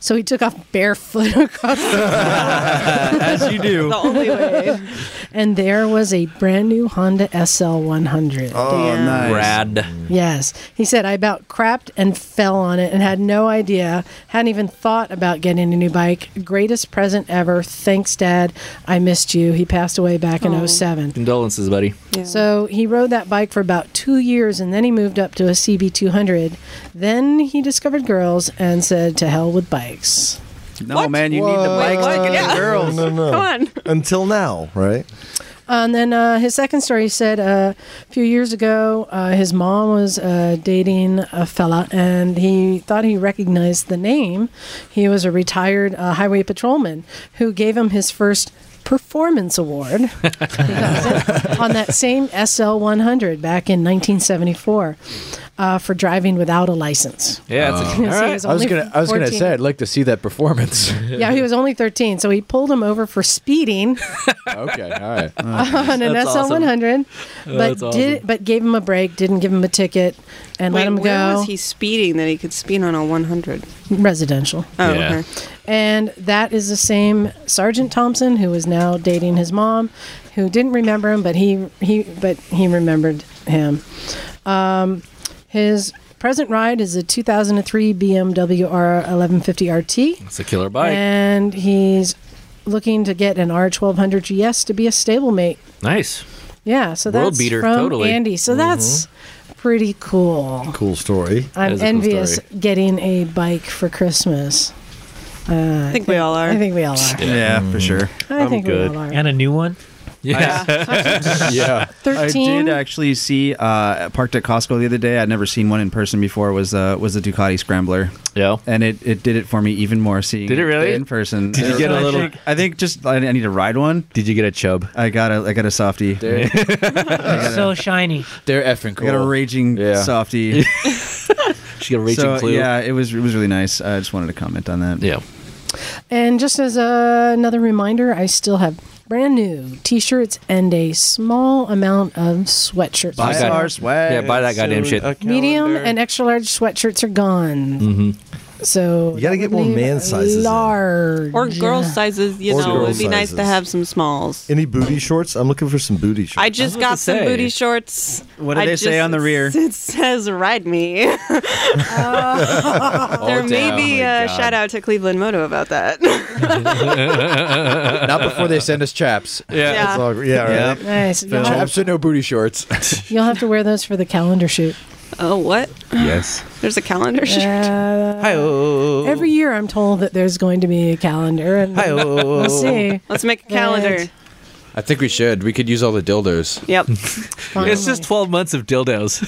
S6: So he took off barefoot [LAUGHS] across the
S9: As you do.
S8: the only way.
S6: [LAUGHS] and there was a brand new Honda SL 100.
S9: Oh, nice.
S3: Rad.
S6: Yes. He said, I about crapped and fell on it and had no idea, hadn't even thought about getting a new bike. Greatest present ever. Thanks, Dad. I missed you. He passed away back
S8: Oh.
S6: in 07.
S3: Condolences, buddy.
S6: So he rode that bike for about two years and then he moved up to a CB200. Then he discovered girls and said, to hell with bikes.
S9: No, man, you need the
S7: What?
S9: bikes to get the girls.
S7: No, no.
S8: Come on.
S7: Until now, right?
S6: And then uh, his second story said uh, a few years ago, uh, his mom was uh, dating a fella and he thought he recognized the name. He was a retired uh, highway patrolman who gave him his first performance award [LAUGHS] on that same SL 100 back in 1974 uh, for driving without a license.
S3: Yeah, that's a,
S6: So he was
S1: Uh, I was
S6: only
S1: gonna, I was gonna
S6: 14.
S1: say, I'd like to see that performance.
S6: Yeah, he was only 13, so he pulled him over for speeding
S1: [LAUGHS] okay, all right.
S6: [LAUGHS] on an
S3: That's
S6: SL
S3: awesome.
S6: 100, but
S3: that's
S6: did but gave him a break, didn't give him a ticket, and
S8: Wait,
S6: let him
S8: where
S6: go
S8: was he speeding that he could speed on a 100?
S6: residential.
S8: Oh,
S3: Yeah.
S8: okay.
S6: And that is the same Sergeant Thompson who is now dating his mom, who didn't remember him, but he he but he remembered him. Um, his present ride is a 2003 BMW R1150 RT.
S3: that's a killer bike.
S6: And he's looking to get an R1200 GS to be a stablemate.
S3: nice.
S6: Yeah, so
S3: World
S6: that's
S3: beater,
S6: from
S3: totally. Mm-hmm.
S6: Andy. So that's pretty cool.
S7: Cool story.
S6: I'm
S3: is a cool
S6: envious
S3: story.
S6: getting a bike for Christmas. Uh,
S8: I think we all are.
S6: I think we all are.
S9: Yeah,
S7: Mm-hmm.
S9: for sure.
S6: I think
S2: good.
S6: we all are.
S4: And a new one.
S3: [LAUGHS]
S1: Yeah,
S9: I
S6: 13.
S9: did actually see uh, parked at Costco the other day. I'd never seen one in person before. Was uh, was the Ducati Scrambler,
S3: Yeah.
S9: and it, it did it for me even more. Seeing
S3: Did it really?
S9: in person?
S3: Did you get a
S9: I
S3: little-
S9: think- I think just I, I need to ride one.
S3: Did you get a chub?
S9: I got a I got a softie. [LAUGHS]
S1: they're,
S3: [LAUGHS]
S4: So shiny.
S1: they're effing cool.
S9: I got a raging
S1: Yeah.
S9: softie.
S3: She got a raging
S9: so
S3: clue.
S9: yeah, it was it was really nice. I just wanted to comment on that.
S3: Yeah.
S6: And just as a, another reminder, I still have brand new t shirts and a small amount of sweatshirts.
S3: Buy
S9: I
S3: I
S9: got
S3: got-
S9: our swag.
S3: Yeah, buy that goddamn shit.
S6: Medium and extra large sweatshirts are gone.
S3: Mm-hmm.
S6: So
S7: You gotta
S6: that
S7: get
S6: would
S7: more
S6: leave
S7: man sizes in.
S6: Large
S8: Or girl sizes, you
S7: Or
S8: know, it would be
S7: girl
S8: nice to
S7: sizes.
S8: have some smalls.
S7: Any booty shorts? I'm looking for some booty shorts.
S8: I just
S3: about
S8: got
S3: to
S8: some
S3: say. [LAUGHS]
S8: booty shorts.
S9: What do
S8: I
S9: they say on the rear?
S8: [LAUGHS] It says "Ride
S6: [LAUGHS]
S8: Me." there may be
S9: Oh
S8: a shout out to Cleveland Moto about that. [LAUGHS]
S1: [LAUGHS] Not before they send us chaps.
S8: yeah.
S7: It's all- yeah, right.
S6: Nice. You'll have,
S1: Chaps or no booty shorts. [LAUGHS]
S6: you'll have to wear those for the calendar shoot.
S8: Oh, what?
S2: Yes.
S8: There's a calendar.
S6: Uh,
S2: Oh.
S6: every year, I'm told that there's going to be a calendar, and we'll see.
S8: Let's make a calendar.
S6: Right.
S1: I think we should. We could use all the dildos.
S8: Yep.
S3: It's just 12 months of dildos.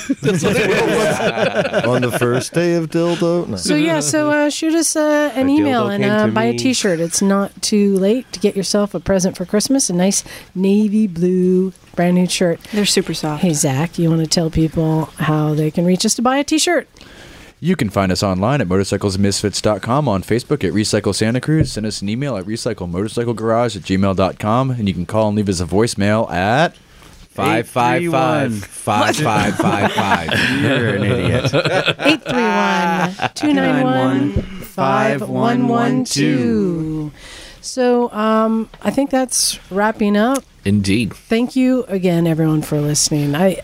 S7: On the first day of dildo.
S6: [LAUGHS]
S7: No.
S6: So yeah,
S3: [LAUGHS]
S6: so uh, shoot us uh, an
S2: A dildo
S6: email and
S2: came
S6: uh,
S2: to
S6: buy a
S2: me.
S6: T-shirt. It's not too late to get yourself a present for Christmas—a nice navy blue, brand new shirt.
S8: They're super soft.
S6: Hey Zach, you want to tell people how they can reach us to buy a
S2: [LAUGHS]
S6: T-shirt?
S1: [LAUGHS] You can find us online at motorcyclesmisfits.com, on Facebook at Recycle Santa Cruz. Send us an email at recyclemotorcyclegarage at gmail.com, and you can call and leave us a voicemail at.
S2: Five five five five five five
S3: [LAUGHS]
S2: five.
S9: You're an idiot.
S6: 831-291-5112. So um, I think that's wrapping up.
S3: Indeed.
S6: Thank you again, everyone, for listening. I,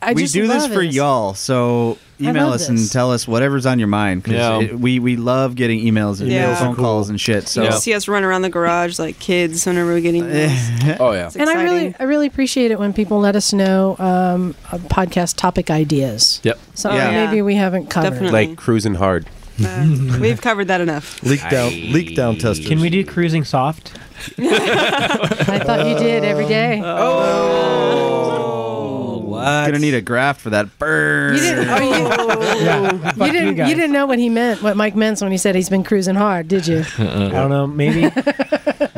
S6: I
S9: we
S6: just
S9: do this
S6: love
S9: for
S6: it.
S9: y'all, so
S6: I
S9: email
S6: love
S9: us and
S6: this.
S9: tell us whatever's on your mind. 'cause
S3: Yeah.
S9: it- we we love getting emails and
S8: Yeah.
S9: phone calls and shit. So
S8: You see us run around the garage like kids whenever we get in. It's
S1: [LAUGHS] Oh, yeah.
S6: And I really,
S8: exciting.
S6: I really appreciate it when people let us know um, uh, podcast topic ideas.
S3: Yep.
S6: So
S9: Yeah.
S6: maybe we haven't covered.
S8: Definitely.
S2: Like cruising
S3: [LAUGHS]
S2: hard.
S8: Uh, we've covered that enough.
S7: Leak down, leak down testers.
S4: Can we do cruising soft?
S6: [LAUGHS] I thought you did every day.
S9: gonna need a graft for that burn.
S6: You didn't, [LAUGHS] oh, you, you didn't, you,
S4: guys.
S6: didn't know what he meant, what Mike meant when he said he's been cruising hard, did you?
S3: Uh-uh.
S4: I don't know. Maybe
S7: [LAUGHS]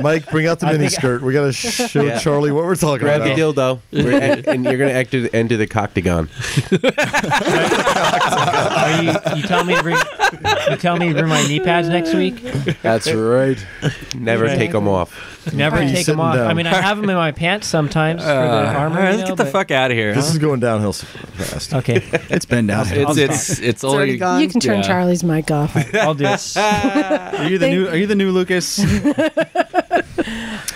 S7: Mike, bring out the mini skirt.
S6: [LAUGHS]
S7: We gotta show
S2: Yeah.
S7: Charlie what we're talking
S2: Grab the
S7: about.
S3: [LAUGHS]
S2: dildo, We're at- and you're gonna enter enter the coctagon.
S4: Are you, you tell me to bring you tell me to bring my knee pads next week.
S1: That's right.
S2: Never
S4: Right.
S2: take them off.
S4: Never
S6: Alright.
S4: take 'em take
S7: Sitting
S4: them off.
S7: down.
S4: I mean, I have them in my pants sometimes for
S3: Uh,
S4: the armor.
S3: all right,
S4: you
S3: let's
S4: know,
S3: get the
S4: but-
S3: fuck out of here.
S7: This
S3: huh?
S7: is going downhill so fast.
S4: Okay,
S9: It's been down.
S3: It's it's it's
S8: already
S3: only
S8: gone.
S6: You can turn
S3: Yeah.
S6: Charlie's mic off.
S4: I'll do
S6: [LAUGHS]
S4: it.
S9: Are you the new? Are you the new Lucas?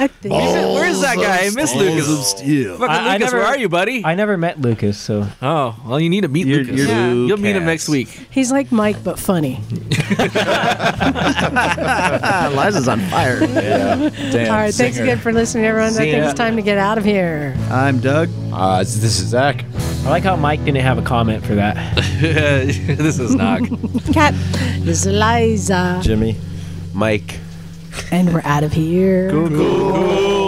S6: I think.
S3: Where's that guy? Miss Lucas. Fucking
S4: I- I
S3: Lucas,
S4: never-
S3: where are you, buddy?
S4: I never met Lucas, so
S3: oh, well, you need to meet
S9: You're-
S3: Lucas.
S9: you're
S8: Yeah.
S3: You'll meet him
S2: Lucas.
S3: next week.
S6: He's like Mike, but funny.
S3: Ah,
S9: Liza's on
S4: [LAUGHS]
S9: fire.
S6: All right, thanks again for listening, everyone. I think
S3: ya.
S6: it's time to get out of here.
S9: I'm Doug.
S1: Uh, this is Zach.
S4: I like how Mike didn't have a comment
S3: [LAUGHS]
S4: for that.
S3: this is Nog.
S6: Cat, this is Eliza,
S7: Jimmy.
S2: Mike.
S6: and we're out of here.
S9: Cool.